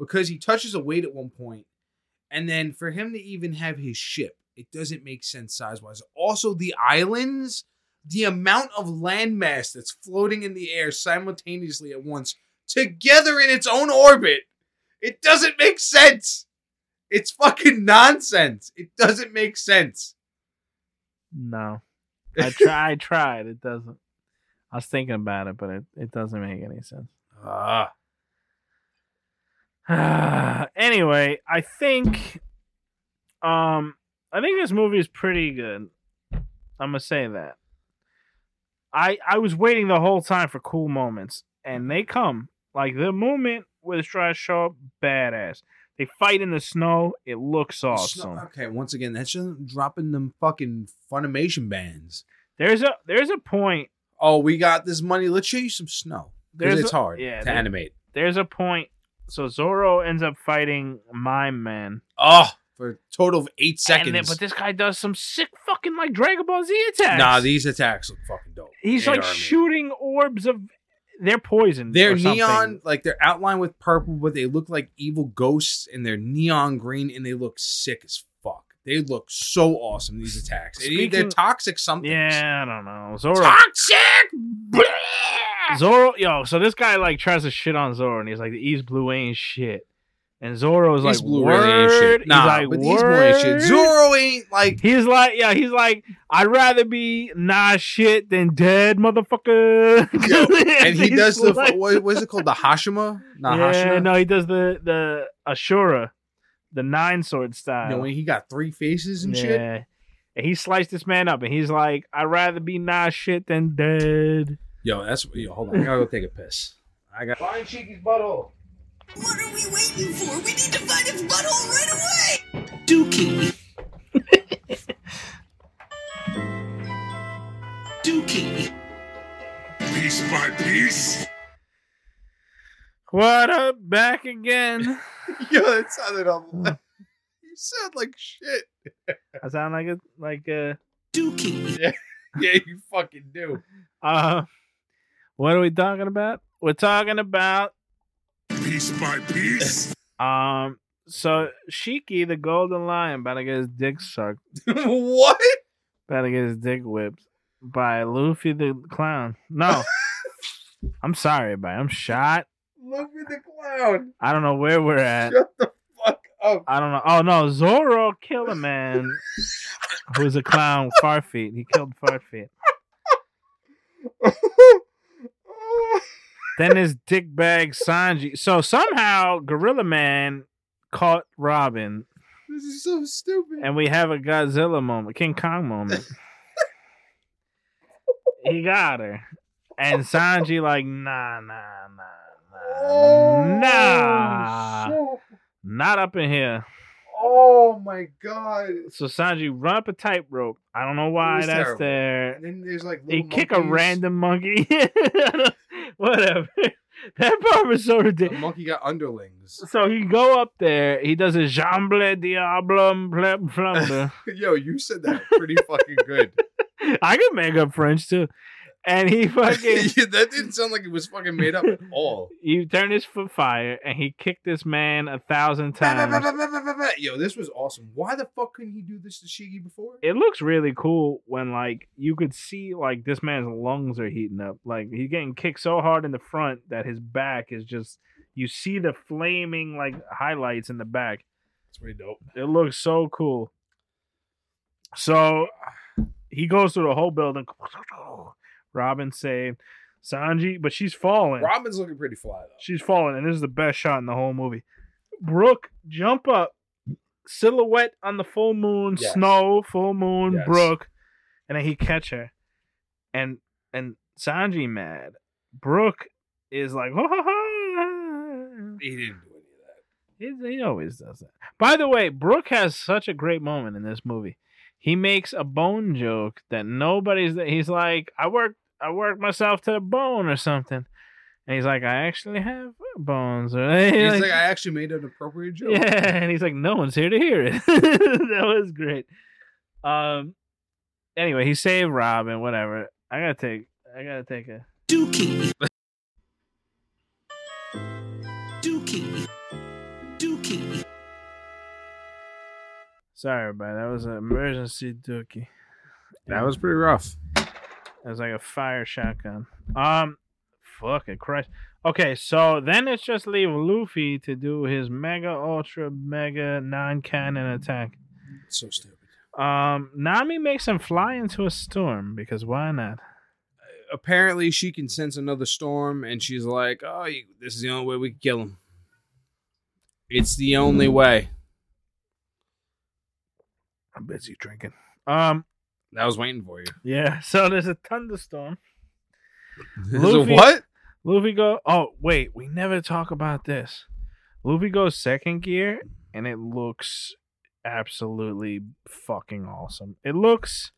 [SPEAKER 3] Because he touches a weight at one point, and then for him to even have his ship, it doesn't make sense size wise. Also, the islands, the amount of landmass that's floating in the air simultaneously at once, together in its own orbit, it doesn't make sense. It's fucking nonsense. It doesn't make sense.
[SPEAKER 2] No. I tried, I tried. It doesn't. I was thinking about it, but it, it doesn't make any sense.
[SPEAKER 3] Ah.
[SPEAKER 2] anyway, I think um I think this movie is pretty good. I'm gonna say that. I I was waiting the whole time for cool moments, and they come. Like the moment where the try to show up, badass. They fight in the snow, it looks awesome.
[SPEAKER 3] Okay, once again, that's just dropping them fucking Funimation bands.
[SPEAKER 2] There's a there's a point
[SPEAKER 3] Oh, we got this money. Let's show you some snow. Because
[SPEAKER 2] There's
[SPEAKER 3] it's
[SPEAKER 2] a-
[SPEAKER 3] hard
[SPEAKER 2] yeah,
[SPEAKER 3] to
[SPEAKER 2] there-
[SPEAKER 3] animate.
[SPEAKER 2] there's a point. So Zoro ends up fighting Mime Man.
[SPEAKER 3] Oh, for a total of
[SPEAKER 2] Ah.
[SPEAKER 3] eight
[SPEAKER 2] And
[SPEAKER 3] seconds.
[SPEAKER 2] then- but this guy does some sick fucking like Dragon Ball Z attacks.
[SPEAKER 3] nah, these attacks look fucking dope.
[SPEAKER 2] he's
[SPEAKER 3] They
[SPEAKER 2] like
[SPEAKER 3] are amazing.
[SPEAKER 2] shooting orbs of they're poisoned.
[SPEAKER 3] They're
[SPEAKER 2] or something.
[SPEAKER 3] neon, like they're outlined with purple, but they look like evil ghosts, and they're neon green, and they look sick as fuck. They look so awesome. These attacks, And they're
[SPEAKER 2] Speaking-
[SPEAKER 3] toxic something.
[SPEAKER 2] Yeah, I don't know. Zoro.
[SPEAKER 3] toxic. Blah!
[SPEAKER 2] Zoro, yo. So this guy like tries to shit on Zoro, and he's like, "The East Blue ain't shit." And Zoro's like,
[SPEAKER 3] East Blue
[SPEAKER 2] Word.
[SPEAKER 3] really ain't shit. Nah,
[SPEAKER 2] he's like,
[SPEAKER 3] but these blue ain't shit.
[SPEAKER 2] "Word?"
[SPEAKER 3] Zoro ain't like
[SPEAKER 2] He's like, yeah, he's like, I'd rather be nah shit than dead, motherfucker.
[SPEAKER 3] Yo, and he
[SPEAKER 2] He's
[SPEAKER 3] does the
[SPEAKER 2] like-
[SPEAKER 3] what, what's it called the Hashima? Not
[SPEAKER 2] yeah,
[SPEAKER 3] Hashima.
[SPEAKER 2] no, he does the the Ashura, the nine sword style.
[SPEAKER 3] You know, when he got three faces and
[SPEAKER 2] yeah.
[SPEAKER 3] shit.
[SPEAKER 2] And he sliced this man up, and he's like, "I'd rather be nah shit than dead."
[SPEAKER 7] Yo, that's yo, hold on. I gotta go take a piss. I got Fine Cheeky's butthole.
[SPEAKER 6] What are we waiting for? We need to find his butthole right away!
[SPEAKER 8] Dookie. Dookie.
[SPEAKER 5] Piece by piece.
[SPEAKER 2] What up? Back again.
[SPEAKER 3] Yo, that sounded a You sound like shit.
[SPEAKER 2] I sound like a like a
[SPEAKER 8] Dookie.
[SPEAKER 3] Yeah, you fucking do.
[SPEAKER 2] uh. What are we talking about? We're talking about
[SPEAKER 5] Piece by piece.
[SPEAKER 2] um. So Shiki, the golden lion, about to get his dick sucked,
[SPEAKER 3] what?
[SPEAKER 2] about to get his dick whipped by Luffy the clown. No, I'm sorry, but I'm shot.
[SPEAKER 3] Look at the clown.
[SPEAKER 2] I don't know where we're at.
[SPEAKER 3] Shut the fuck up.
[SPEAKER 2] I don't know. Oh no, Zoro killed a man who's a clown, Farfeet. He killed Farfeet. Then his dickbag Sanji. So somehow Gorilla Man caught Robin,
[SPEAKER 3] this is so stupid.
[SPEAKER 2] and we have a Godzilla moment, King Kong moment. he got her. And Sanji like, nah, nah, nah, nah, nah, not up in here.
[SPEAKER 9] Oh my god.
[SPEAKER 2] So Sanji run up a tightrope. I don't know why
[SPEAKER 9] was
[SPEAKER 2] that's
[SPEAKER 9] terrible.
[SPEAKER 2] there.
[SPEAKER 9] And then there's like
[SPEAKER 2] He
[SPEAKER 9] little
[SPEAKER 2] kick a
[SPEAKER 9] monkeys.
[SPEAKER 2] random monkey. Whatever. That part was so
[SPEAKER 9] The
[SPEAKER 2] ridiculous.
[SPEAKER 9] monkey got underlings.
[SPEAKER 2] So he go up there. He does a jamble diablo blum blum.
[SPEAKER 9] Yo, you said that pretty fucking good.
[SPEAKER 2] I can make up French too. And he fucking
[SPEAKER 9] Yeah, that didn't sound like it was fucking made up at all.
[SPEAKER 2] he turned his foot fire and he kicked this man a thousand times.
[SPEAKER 9] Yo, this was awesome. Why the fuck couldn't he do this to Shiggy before?
[SPEAKER 2] It looks really cool when like you could see like this man's lungs are heating up. Like he's getting kicked so hard in the front that his back is just you see the flaming like highlights in the back.
[SPEAKER 9] It's pretty dope.
[SPEAKER 2] It looks so cool. So he goes through the whole building. Robin saved Sanji, but she's falling.
[SPEAKER 9] Robin's looking pretty fly though.
[SPEAKER 2] She's falling, and this is the best shot in the whole movie. Brooke, jump up, silhouette on the full moon,
[SPEAKER 9] Yes.
[SPEAKER 2] snow, full moon,
[SPEAKER 9] Yes.
[SPEAKER 2] Brooke, and then he catch her, and and Sanji mad. Brooke is like, "Ha, ha, ha."
[SPEAKER 9] He didn't do any of that.
[SPEAKER 2] He, he always does that. By the way, Brooke has such a great moment in this movie. He makes a bone joke that nobody's. He's like, I worked, I worked myself to the bone or something, and he's like, I actually have bones. Or
[SPEAKER 9] He's like, I actually made an appropriate joke.
[SPEAKER 2] yeah, and he's like, no one's here to hear it. that was great. Um, anyway, he saved Robin. Whatever. I gotta take. I gotta take a.
[SPEAKER 10] Dookie. Dookie. Dookie.
[SPEAKER 2] Sorry, everybody. That was an emergency dookie.
[SPEAKER 3] That was pretty rough.
[SPEAKER 2] It was like a fire shotgun. Um, fucking Christ. Okay, so then it's just leave Luffy to do his mega, ultra, mega non-cannon attack.
[SPEAKER 9] So stupid.
[SPEAKER 2] Um, Nami makes him fly into a storm because why not?
[SPEAKER 3] Apparently, she can sense another storm, and she's like, "Oh, you, this is the only way we can kill him. It's the only way."
[SPEAKER 2] I'm busy drinking. Um,
[SPEAKER 3] I was waiting for you.
[SPEAKER 2] yeah. So there's a thunderstorm.
[SPEAKER 9] Luffy. What?
[SPEAKER 2] Luffy go. Oh wait, we never talk about this. Luffy goes second gear, and it looks absolutely fucking awesome. It looks.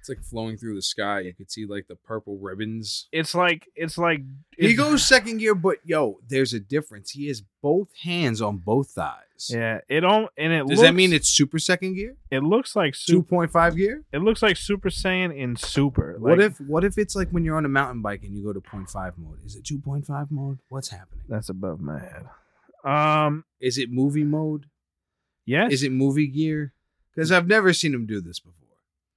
[SPEAKER 3] It's like flowing through the sky. You could see like the purple ribbons.
[SPEAKER 2] it's like it's like
[SPEAKER 3] He
[SPEAKER 2] it's-
[SPEAKER 3] goes second gear, but yo, there's a difference. He has both hands on both thighs.
[SPEAKER 2] Yeah, it don't and it.
[SPEAKER 3] Does
[SPEAKER 2] looks,
[SPEAKER 3] that mean it's super second gear?
[SPEAKER 2] It looks like
[SPEAKER 3] Two
[SPEAKER 2] super.
[SPEAKER 3] point five gear?
[SPEAKER 2] It looks like Super Saiyan in Super. Like,
[SPEAKER 3] what if what if it's like when you're on a mountain bike and you go to 0.5 mode? Is it 2.5 mode? What's happening?
[SPEAKER 2] that's above my head? Um.
[SPEAKER 3] Is it movie mode?
[SPEAKER 2] Yes.
[SPEAKER 3] Is it movie gear? Because I've never seen him do this before.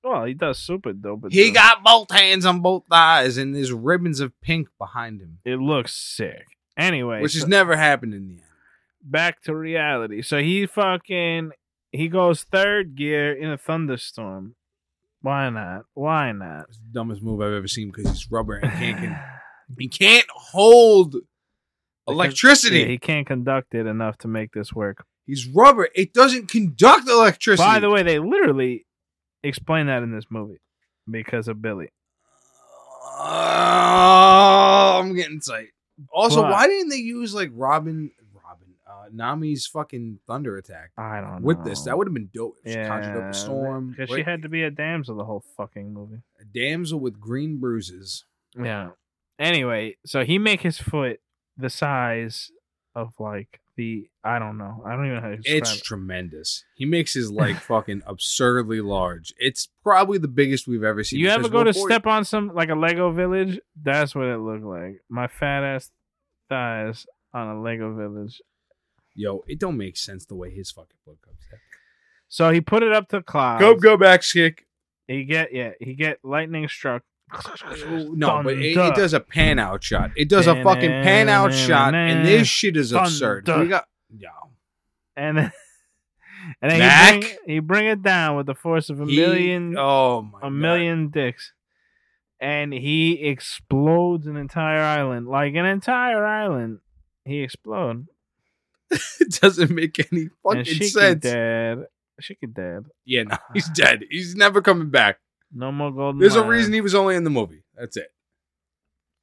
[SPEAKER 2] Well, he does super dope. but
[SPEAKER 3] He
[SPEAKER 2] the-
[SPEAKER 3] got both hands on both thighs and there's ribbons of pink behind him,
[SPEAKER 2] It looks sick. Anyway,
[SPEAKER 3] which has
[SPEAKER 2] so-
[SPEAKER 3] never happened in the end.
[SPEAKER 2] back to reality. So he fucking he goes third gear in a thunderstorm. Why not? Why not?
[SPEAKER 3] It's the dumbest move I've ever seen because he's rubber and can't can, he can't hold electricity.
[SPEAKER 2] Yeah, he can't conduct it enough to make this work.
[SPEAKER 3] He's rubber. It doesn't conduct electricity.
[SPEAKER 2] By the way, they literally explain that in this movie because of Billy.
[SPEAKER 3] Oh, I'm getting tight. Also,
[SPEAKER 2] But-
[SPEAKER 3] why didn't they use like Robin, Robin, uh, Nami's fucking thunder attack
[SPEAKER 2] I don't know.
[SPEAKER 3] with this? That would have been dope. If She conjured up a storm.
[SPEAKER 2] because she
[SPEAKER 3] right?
[SPEAKER 2] had to be a damsel the whole fucking movie.
[SPEAKER 3] a damsel with green bruises.
[SPEAKER 2] Yeah. Anyway, so he make his foot the size of like the I don't know. I don't even know how to describe
[SPEAKER 3] It's
[SPEAKER 2] it.
[SPEAKER 3] tremendous. He makes his leg fucking absurdly large. It's probably the biggest we've ever seen.
[SPEAKER 2] you ever
[SPEAKER 3] because
[SPEAKER 2] go to
[SPEAKER 3] before-
[SPEAKER 2] step on some like a Lego village? That's what it looked like. My fat ass thighs on a Lego village.
[SPEAKER 3] Yo, it don't make sense the way his fucking foot comes. out.
[SPEAKER 2] So he put it up to clouds.
[SPEAKER 3] Go go back kick.
[SPEAKER 2] He get yeah, he get lightning struck.
[SPEAKER 3] No, but it, it does a pan out shot. It does a fucking pan out shot, and this shit is absurd. We got yeah.
[SPEAKER 2] and then, and then
[SPEAKER 3] Mac?
[SPEAKER 2] he bring, he bring it down with the force of a
[SPEAKER 3] He-
[SPEAKER 2] million
[SPEAKER 3] Oh my.
[SPEAKER 2] a million dicks, and he explodes an entire island like an entire island. He explode.
[SPEAKER 3] God. It doesn't make any
[SPEAKER 2] and
[SPEAKER 3] fucking
[SPEAKER 2] Shiki
[SPEAKER 3] sense.
[SPEAKER 2] dead. Shiki dead.
[SPEAKER 3] Yeah, no, he's dead. He's never coming back.
[SPEAKER 2] No more golden.
[SPEAKER 3] There's a
[SPEAKER 2] lion.
[SPEAKER 3] reason he was only in the movie. That's it.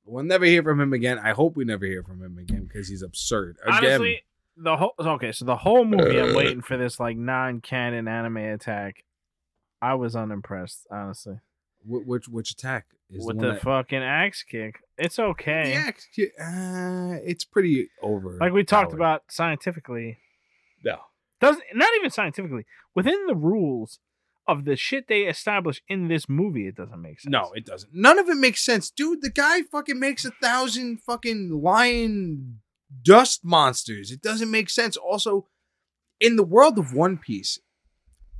[SPEAKER 3] We'll never hear from him again. I hope we never hear from him again because he's absurd. Again,
[SPEAKER 2] Honestly, the whole okay, so the whole movie,
[SPEAKER 3] Uh.
[SPEAKER 2] I'm waiting for this like non-canon anime attack. I was unimpressed, honestly,
[SPEAKER 3] Wh- which which attack is
[SPEAKER 2] with
[SPEAKER 3] the,
[SPEAKER 2] the,
[SPEAKER 3] one that-
[SPEAKER 2] fucking axe kick. It's okay.
[SPEAKER 3] Yeah, excuse- uh, it's pretty over.
[SPEAKER 2] like we talked about scientifically,
[SPEAKER 3] No.
[SPEAKER 2] doesn't not even scientifically within the rules of the shit they establish in this movie. It doesn't make sense.
[SPEAKER 3] No, it doesn't. None of it makes sense, dude. The guy fucking makes a thousand fucking lion dust monsters. It doesn't make sense. Also, in the world of One Piece,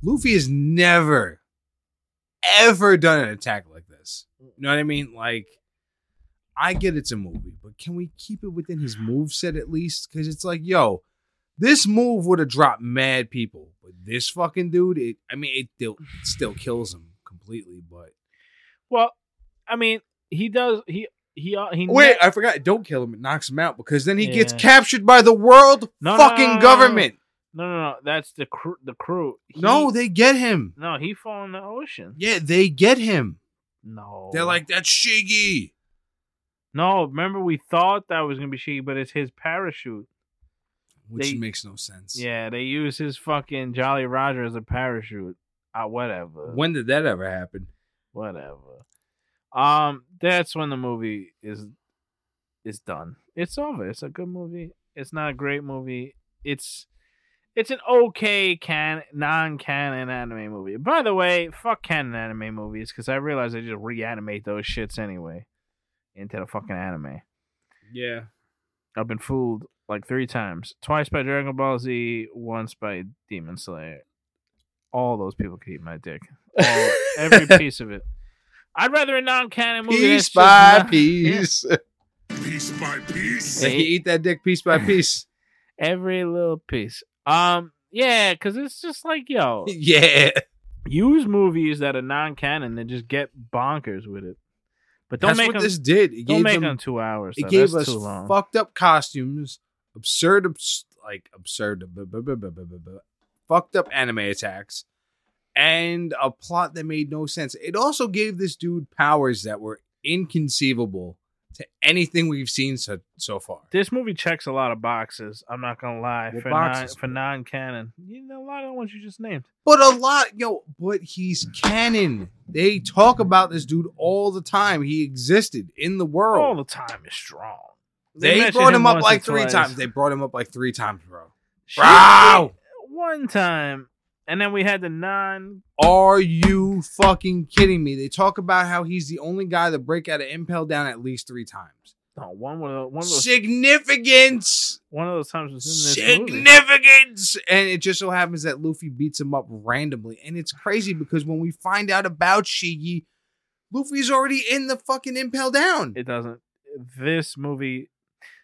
[SPEAKER 3] Luffy has never, ever done an attack like this. You know what I mean? Like, I get it's a movie, but can we keep it within his move set at least? Because it's like, yo, this move would have dropped mad people, but this fucking dude, it. I mean, it still, it still kills him completely, but.
[SPEAKER 2] Well, I mean, he does. He he uh, he.
[SPEAKER 3] Wait, I forgot. Don't kill him. It knocks him out because then he gets
[SPEAKER 2] Yeah.
[SPEAKER 3] captured by the world
[SPEAKER 2] No, no,
[SPEAKER 3] fucking
[SPEAKER 2] no, no, no.
[SPEAKER 3] government.
[SPEAKER 2] no, no, no. That's the crew. The crew. He-
[SPEAKER 3] No, they get him.
[SPEAKER 2] no. He fall in the ocean.
[SPEAKER 3] Yeah, they get him.
[SPEAKER 2] No.
[SPEAKER 3] They're like, that's Shiggy.
[SPEAKER 2] No, remember we thought that was gonna be Shiggy, but it's his parachute.
[SPEAKER 3] Which
[SPEAKER 2] They-
[SPEAKER 3] makes no sense.
[SPEAKER 2] Yeah, they use his fucking Jolly Roger as a parachute. Ah, whatever.
[SPEAKER 3] When did that ever happen?
[SPEAKER 2] whatever. Um, that's when the movie is is done. It's over. It's a good movie. It's not a great movie. It's it's an okay can non canon anime movie. By the way, fuck canon anime movies because I realize they just reanimate those shits anyway into the fucking anime.
[SPEAKER 7] Yeah.
[SPEAKER 2] I've been fooled like three times. Twice by Dragon Ball Z, once by Demon Slayer. All those people can eat my dick. All, every piece of it. I'd rather a non-canon movie. that's
[SPEAKER 3] Piece
[SPEAKER 2] just
[SPEAKER 3] by
[SPEAKER 2] not-
[SPEAKER 3] piece.
[SPEAKER 5] Piece by piece.
[SPEAKER 3] They can eat that dick piece by piece.
[SPEAKER 2] Every little piece. Um, yeah, because it's just like, yo,
[SPEAKER 3] yeah.
[SPEAKER 2] use movies that are non-canon and just get bonkers with it. But don't
[SPEAKER 3] That's
[SPEAKER 2] make
[SPEAKER 3] what
[SPEAKER 2] them.
[SPEAKER 3] this did. It
[SPEAKER 2] don't
[SPEAKER 3] gave
[SPEAKER 2] make
[SPEAKER 3] them,
[SPEAKER 2] them two hours.
[SPEAKER 3] it
[SPEAKER 2] though.
[SPEAKER 3] gave
[SPEAKER 2] That's
[SPEAKER 3] us
[SPEAKER 2] too long.
[SPEAKER 3] fucked up costumes, absurd, abs- like absurd, bu- bu- bu- bu- bu- bu- bu- fucked up anime attacks, and a plot that made no sense. It also gave this dude powers that were inconceivable to anything we've seen so, so far.
[SPEAKER 2] this movie checks a lot of boxes. I'm not gonna lie
[SPEAKER 3] What
[SPEAKER 2] for non,
[SPEAKER 3] boxes?
[SPEAKER 2] for non-canon. You know, a lot of the ones you just named.
[SPEAKER 3] But a lot, yo, but he's
[SPEAKER 2] Mm.
[SPEAKER 3] canon. They talk about this dude all the time. He existed in the
[SPEAKER 2] All
[SPEAKER 3] world.
[SPEAKER 2] the time is strong.
[SPEAKER 3] they
[SPEAKER 2] mention
[SPEAKER 3] brought him up
[SPEAKER 2] once
[SPEAKER 3] like
[SPEAKER 2] or
[SPEAKER 3] three
[SPEAKER 2] twice.
[SPEAKER 3] times. They brought him up like three times, bro.
[SPEAKER 2] Shit,
[SPEAKER 3] Bro!
[SPEAKER 2] One time, and then we had the non.
[SPEAKER 3] Are you fucking kidding me? They talk about how he's the only guy to break out of Impel Down at least three times.
[SPEAKER 2] No, one of the, one of those
[SPEAKER 3] Significance!
[SPEAKER 2] one of those times was in this movie.
[SPEAKER 3] Significance! And it just so happens that Luffy beats him up randomly. And it's crazy because when we find out about Shigi, Luffy's already in the fucking Impel Down.
[SPEAKER 2] It doesn't. This movie.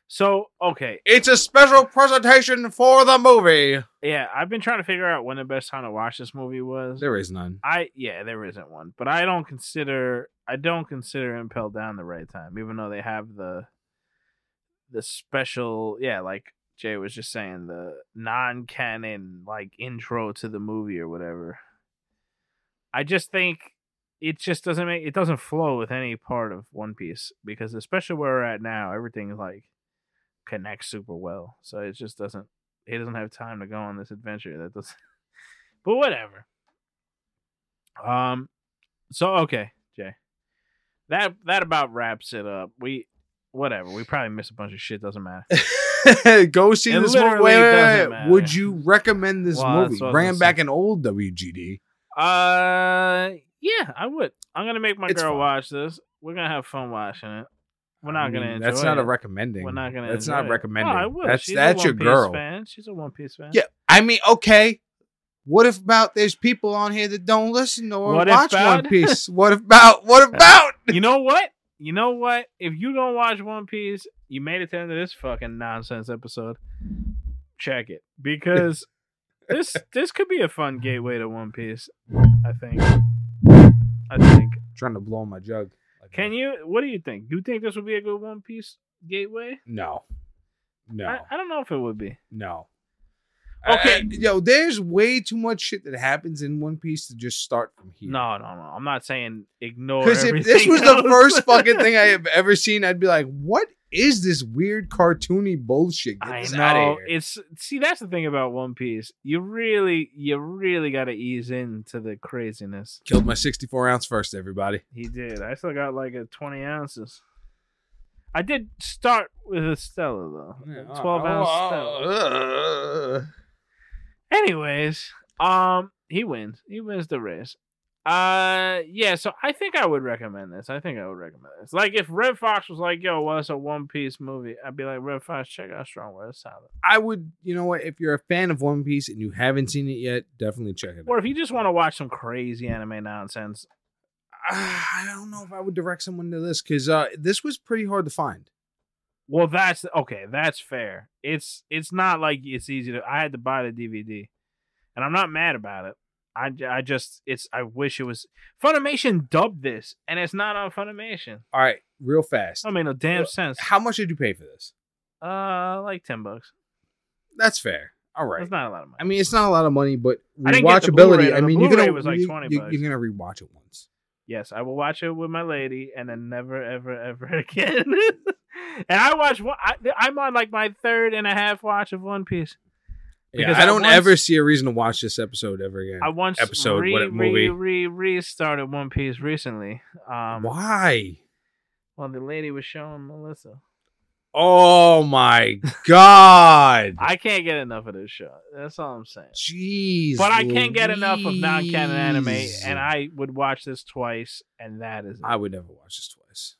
[SPEAKER 2] So okay,
[SPEAKER 3] It's a special presentation for the movie.
[SPEAKER 2] yeah, I've been trying to figure out when the best time to watch this movie was.
[SPEAKER 3] There is none.
[SPEAKER 2] I yeah, there isn't one, but I don't consider I don't consider Impel Down the right time, even though they have the the special yeah, like Jay was just saying the non canon like intro to the movie or whatever. I just think it just doesn't make it doesn't flow with any part of One Piece because especially where we're at now, everything like connects super well. So it just doesn't he doesn't have time to go on this adventure that doesn't but whatever. Um. So okay, Jay. That that about wraps it up. We whatever. We probably missed a bunch of shit. Doesn't matter.
[SPEAKER 3] Go see
[SPEAKER 2] It
[SPEAKER 3] this movie.
[SPEAKER 2] literally
[SPEAKER 3] Wait, wait,
[SPEAKER 2] doesn't
[SPEAKER 3] wait.
[SPEAKER 2] matter.
[SPEAKER 3] Would you recommend this
[SPEAKER 2] Well, that's
[SPEAKER 3] movie?
[SPEAKER 2] what I was
[SPEAKER 3] Ran
[SPEAKER 2] gonna
[SPEAKER 3] back
[SPEAKER 2] say.
[SPEAKER 3] an old WGD.
[SPEAKER 2] Uh. Yeah, I would. I'm gonna make my
[SPEAKER 3] It's
[SPEAKER 2] girl
[SPEAKER 3] fine.
[SPEAKER 2] watch this. We're gonna have fun watching it. We're not
[SPEAKER 3] I
[SPEAKER 2] gonna.
[SPEAKER 3] mean,
[SPEAKER 2] Enjoy
[SPEAKER 3] That's not
[SPEAKER 2] it.
[SPEAKER 3] a recommending.
[SPEAKER 2] We're not gonna.
[SPEAKER 3] That's
[SPEAKER 2] enjoy
[SPEAKER 3] not
[SPEAKER 2] it.
[SPEAKER 3] recommending.
[SPEAKER 2] No, I would.
[SPEAKER 3] That's
[SPEAKER 2] She's
[SPEAKER 3] that's
[SPEAKER 2] a
[SPEAKER 3] your
[SPEAKER 2] One Piece
[SPEAKER 3] girl.
[SPEAKER 2] Fan. She's a One Piece fan.
[SPEAKER 3] Yeah. I mean, okay. What if about there's people on here that don't listen or
[SPEAKER 2] What if
[SPEAKER 3] watch
[SPEAKER 2] about? Uh,
[SPEAKER 3] One Piece? What about? What about?
[SPEAKER 2] You know what? You know what? If you don't watch One Piece, you made it to the end of this fucking nonsense episode. Check it because this this could be a fun gateway to One Piece. I think. I think.
[SPEAKER 3] trying to blow my jug.
[SPEAKER 2] Can you? What do you think? You think this would be a good One Piece gateway?
[SPEAKER 3] No. No.
[SPEAKER 2] I, I don't know if it would be.
[SPEAKER 3] no.
[SPEAKER 2] Okay.
[SPEAKER 11] Uh, yo, there's way too much shit that happens in One Piece to just start from here.
[SPEAKER 2] No, no, no. I'm not saying ignore.
[SPEAKER 11] Because if this
[SPEAKER 2] everything
[SPEAKER 11] was
[SPEAKER 2] else.
[SPEAKER 11] the first fucking thing I have ever seen, I'd be like, what is this weird cartoony bullshit? Get
[SPEAKER 2] I
[SPEAKER 11] this out
[SPEAKER 2] know
[SPEAKER 11] of here.
[SPEAKER 2] it's see that's the thing about One Piece. You really, you really got to ease into the craziness.
[SPEAKER 3] Killed my 64 ounce first, everybody.
[SPEAKER 2] He did. I still got like a 20 ounces. I did start with a Stella though, a
[SPEAKER 3] oh,
[SPEAKER 2] 12 ounce Stella.
[SPEAKER 11] Oh, Ugh.
[SPEAKER 2] Anyways, um, he wins. He wins the race. Uh, yeah. So I think I would recommend this. I think I would recommend this. Like if Red Fox was like, "Yo, what's a One Piece movie?" I'd be like, "Red Fox, check out Strong World Solid."
[SPEAKER 3] I would, you know what? If you're a fan of One Piece and you haven't seen it yet, definitely check it out.
[SPEAKER 2] Or if you just want to watch some crazy anime nonsense,
[SPEAKER 3] Ah, I don't know if I would direct someone to this because uh, this was pretty hard to find.
[SPEAKER 2] well, that's okay. That's fair. It's it's not like it's easy to. I had to buy the DVD, and I'm not mad about it. I, j- I just it's I wish it was Funimation dubbed this, and it's not on Funimation.
[SPEAKER 3] All right, real fast.
[SPEAKER 2] I mean, no damn
[SPEAKER 3] Well,
[SPEAKER 2] sense.
[SPEAKER 3] How much did you pay for this?
[SPEAKER 2] Uh, like ten bucks.
[SPEAKER 3] That's fair. All right.
[SPEAKER 2] That's not a lot of money.
[SPEAKER 3] I mean, it's not a lot of money, but
[SPEAKER 2] I didn't get the Blu-ray,
[SPEAKER 3] rewatchability.
[SPEAKER 2] though.
[SPEAKER 3] I
[SPEAKER 2] The
[SPEAKER 3] mean, you're
[SPEAKER 2] Blu-ray
[SPEAKER 3] gonna
[SPEAKER 2] was like
[SPEAKER 3] you,
[SPEAKER 2] 20
[SPEAKER 3] you,
[SPEAKER 2] bucks.
[SPEAKER 3] you're gonna rewatch it once.
[SPEAKER 2] yes, I will watch it with my lady, and then never, ever, ever again. and I watch one. I, I'm on like my third and a half watch of One Piece.
[SPEAKER 3] Yeah,
[SPEAKER 2] Because
[SPEAKER 3] I
[SPEAKER 2] I
[SPEAKER 3] don't
[SPEAKER 2] once-
[SPEAKER 3] ever see a reason to watch this episode ever again.
[SPEAKER 2] I once
[SPEAKER 3] Episode,
[SPEAKER 2] re,
[SPEAKER 3] what,
[SPEAKER 2] re
[SPEAKER 3] movie?
[SPEAKER 2] re re started One Piece recently. Um,
[SPEAKER 3] Why?
[SPEAKER 2] Well, the lady was showing Melissa.
[SPEAKER 3] Oh my god!
[SPEAKER 2] I can't get enough of this show. That's all I'm saying.
[SPEAKER 3] Jeez,
[SPEAKER 2] But I can't get enough of non-canon anime,
[SPEAKER 3] Louise.
[SPEAKER 2] and I would watch this twice, and that is it.
[SPEAKER 3] I would never watch this twice.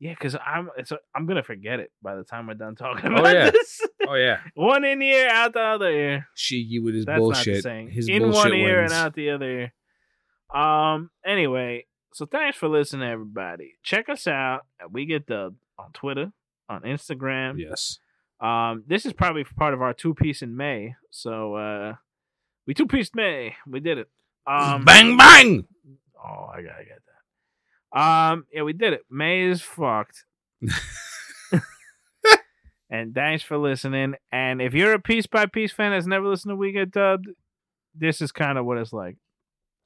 [SPEAKER 2] yeah, because I'm it's a, I'm gonna forget it by the time we're done talking
[SPEAKER 3] Oh,
[SPEAKER 2] about
[SPEAKER 3] yeah.
[SPEAKER 2] this.
[SPEAKER 3] Oh yeah,
[SPEAKER 2] one in ear, out the other ear.
[SPEAKER 3] she you with his
[SPEAKER 2] That's not the
[SPEAKER 3] bullshit.
[SPEAKER 2] saying.
[SPEAKER 3] His
[SPEAKER 2] in one
[SPEAKER 3] bullshit
[SPEAKER 2] ear
[SPEAKER 3] wins.
[SPEAKER 2] and out the other ear. Um. Anyway, so thanks for listening, everybody. Check us out at We Get Dubbed on Twitter, on Instagram.
[SPEAKER 3] Yes.
[SPEAKER 2] Um. This is probably part of our two piece in May. So uh, we two pieced May. We did it. Um.
[SPEAKER 3] bang bang.
[SPEAKER 2] Oh, I gotta get that. Um. Yeah, we did it. May is fucked. And thanks for listening. And if you're a piece by piece fan that's never listened to We Get Dubbed, this is kind of what it's like.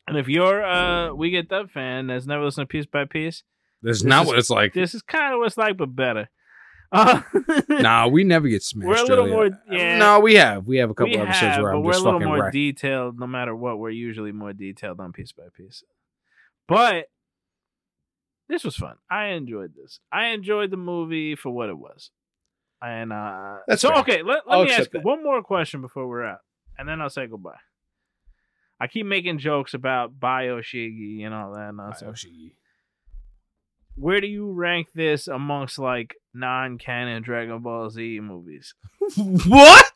[SPEAKER 2] And if you're a We Get Dubbed fan that's never listened to piece by piece,
[SPEAKER 3] That's
[SPEAKER 2] This
[SPEAKER 3] not
[SPEAKER 2] is-
[SPEAKER 3] what it's like.
[SPEAKER 2] this is kind of what it's like, but better. Uh,
[SPEAKER 3] nah, we never get smashed.
[SPEAKER 2] We're a little
[SPEAKER 3] early.
[SPEAKER 2] more- yeah.
[SPEAKER 3] No, we have. We have a couple
[SPEAKER 2] we
[SPEAKER 3] episodes
[SPEAKER 2] have,
[SPEAKER 3] where
[SPEAKER 2] but
[SPEAKER 3] I'm
[SPEAKER 2] we're a
[SPEAKER 3] just
[SPEAKER 2] little
[SPEAKER 3] fucking
[SPEAKER 2] more
[SPEAKER 3] wrecked.
[SPEAKER 2] detailed. No matter what, we're usually more detailed on piece by piece. But this was fun. I enjoyed this. I enjoyed the movie for what it was. And uh,
[SPEAKER 3] That's
[SPEAKER 2] so
[SPEAKER 3] fair.
[SPEAKER 2] okay. Let,
[SPEAKER 3] I'll
[SPEAKER 2] let me ask
[SPEAKER 3] accept
[SPEAKER 2] you
[SPEAKER 3] that.
[SPEAKER 2] one more question before we're out, and then I'll say goodbye. I keep making jokes about Bioshigi and all that nonsense.
[SPEAKER 3] Ayoshi.
[SPEAKER 2] Where do you rank this amongst like non-canon Dragon Ball Z movies?
[SPEAKER 3] what?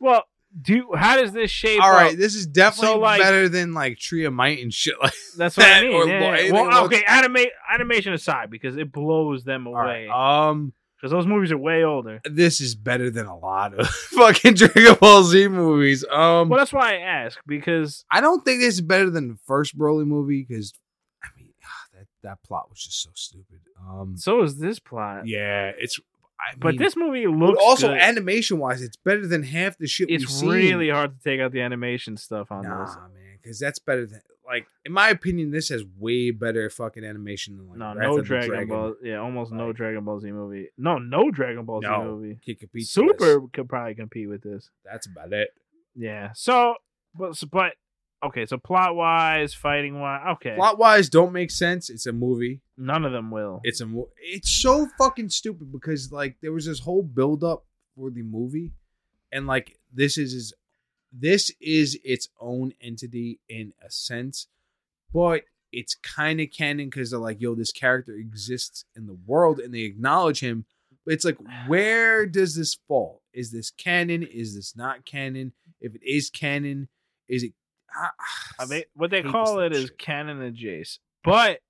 [SPEAKER 2] Well, do you- how does this shape?
[SPEAKER 3] All right,
[SPEAKER 2] up?
[SPEAKER 3] this is definitely
[SPEAKER 2] so, like-
[SPEAKER 3] better than like Tree of Might and shit like
[SPEAKER 2] That's what I
[SPEAKER 3] that
[SPEAKER 2] mean.
[SPEAKER 3] or
[SPEAKER 2] yeah,
[SPEAKER 3] lo-
[SPEAKER 2] yeah.
[SPEAKER 3] anything
[SPEAKER 2] Well,
[SPEAKER 3] looks-
[SPEAKER 2] okay, anima- animation aside, because it blows them
[SPEAKER 3] All right,
[SPEAKER 2] away. Because
[SPEAKER 3] Um,
[SPEAKER 2] those movies are way older.
[SPEAKER 3] this is better than a lot of fucking Dragon Ball Z movies. Um,
[SPEAKER 2] Well, that's why I ask because
[SPEAKER 3] I don't think this is better than the first Broly movie because, I mean, ah, that that plot was just so stupid. Um,
[SPEAKER 2] so is this plot.
[SPEAKER 3] yeah, it's. I
[SPEAKER 2] But
[SPEAKER 3] mean,
[SPEAKER 2] this movie
[SPEAKER 3] but
[SPEAKER 2] looks
[SPEAKER 3] also
[SPEAKER 2] good.
[SPEAKER 3] animation wise, it's better than half the shit we've
[SPEAKER 2] It's
[SPEAKER 3] seen.
[SPEAKER 2] really hard to take out the animation stuff on
[SPEAKER 3] nah,
[SPEAKER 2] this.
[SPEAKER 3] man, because that's better than like in my opinion, this has way better fucking animation than like
[SPEAKER 2] No,
[SPEAKER 3] Wrath
[SPEAKER 2] no
[SPEAKER 3] of the
[SPEAKER 2] Dragon,
[SPEAKER 3] Dragon.
[SPEAKER 2] Ball. Yeah, almost no
[SPEAKER 3] Like-
[SPEAKER 2] Dragon Ball Z movie. No, no Dragon Ball Z
[SPEAKER 3] No.
[SPEAKER 2] movie.
[SPEAKER 3] Kick a beat to
[SPEAKER 2] Super
[SPEAKER 3] this.
[SPEAKER 2] could probably compete with this.
[SPEAKER 3] That's about it.
[SPEAKER 2] Yeah. So, but but okay. So plot wise, fighting wise, okay.
[SPEAKER 3] Plot wise, don't make sense. It's a movie.
[SPEAKER 2] None of them will.
[SPEAKER 3] It's a mo- it's so fucking stupid because like there was this whole build up for the movie, and like this is is this is its own entity in a sense, but it's kind of canon because they're like, yo, this character exists in the world, and they acknowledge him. But it's like, where does this fall? Is this canon? Is this not canon? If it is canon, is it? Ah,
[SPEAKER 2] I mean, what they
[SPEAKER 3] hate this
[SPEAKER 2] call it
[SPEAKER 3] little
[SPEAKER 2] is
[SPEAKER 3] shit.
[SPEAKER 2] canon and Jace. But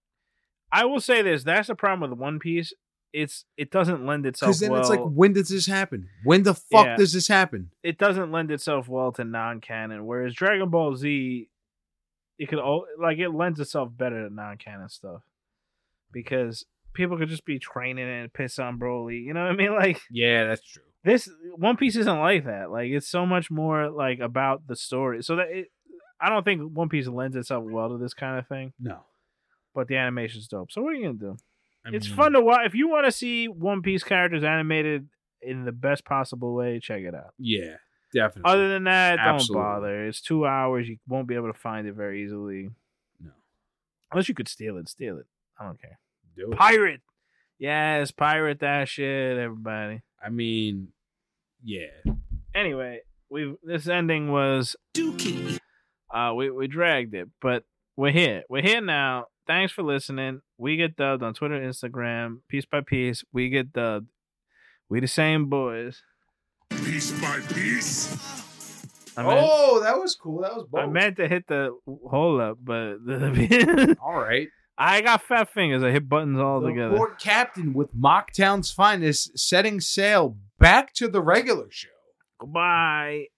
[SPEAKER 2] I will say this: that's the problem with One Piece. It's it doesn't lend itself
[SPEAKER 3] Because then
[SPEAKER 2] well.
[SPEAKER 3] it's like, when does this happen? When the fuck
[SPEAKER 2] Yeah.
[SPEAKER 3] does this happen?
[SPEAKER 2] it doesn't lend itself well to non-canon. Whereas Dragon Ball Z, it could all like it lends itself better to non-canon stuff because people could just be training and piss on Broly. You know what I mean? Like
[SPEAKER 3] Yeah, that's true.
[SPEAKER 2] this One Piece isn't like that. Like it's so much more like about the story. So that it, I don't think One Piece lends itself well to this kind of thing.
[SPEAKER 7] No.
[SPEAKER 2] But the animation's dope. So what are you gonna do?
[SPEAKER 7] I
[SPEAKER 2] it's
[SPEAKER 7] mean,
[SPEAKER 2] fun to watch. If you want to see One Piece characters animated in the best possible way, check it out.
[SPEAKER 7] Yeah, definitely.
[SPEAKER 2] Other than that,
[SPEAKER 7] Absolutely.
[SPEAKER 2] don't bother. It's two hours. You won't be able to find it very easily.
[SPEAKER 7] No.
[SPEAKER 2] Unless you could steal it. Steal it. I don't care.
[SPEAKER 7] Do it.
[SPEAKER 2] Pirate. Yes, pirate that shit, everybody.
[SPEAKER 7] I mean, yeah.
[SPEAKER 2] Anyway, we this ending was
[SPEAKER 8] dookie,
[SPEAKER 2] uh we, we dragged it, but we're here. We're here now. Thanks for listening. We get dubbed on Twitter, Instagram, piece by piece. We get dubbed. We the same boys.
[SPEAKER 5] Piece by piece.
[SPEAKER 2] I meant,
[SPEAKER 3] oh, that was cool. That was
[SPEAKER 2] I
[SPEAKER 3] bold.
[SPEAKER 2] meant to hit the hold up, but the,
[SPEAKER 7] All right.
[SPEAKER 2] I got fat fingers. I hit buttons all
[SPEAKER 3] the
[SPEAKER 2] together.
[SPEAKER 3] port captain with Mocktown's finest setting sail back to the regular show.
[SPEAKER 2] Goodbye.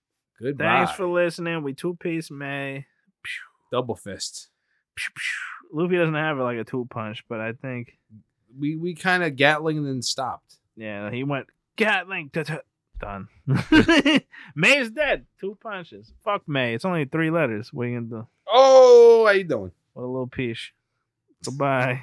[SPEAKER 7] Goodbye.
[SPEAKER 2] Thanks for listening. We two piece May.
[SPEAKER 7] double fist.
[SPEAKER 2] Luffy doesn't have like a two punch, but I think
[SPEAKER 7] We we kind of gatling and then stopped.
[SPEAKER 2] yeah, he went Gatling. da- da- Done. May is dead. Two punches. Fuck May. It's only three letters. What are you gonna do?
[SPEAKER 7] Oh, how you doing?
[SPEAKER 2] What a little piece. Goodbye.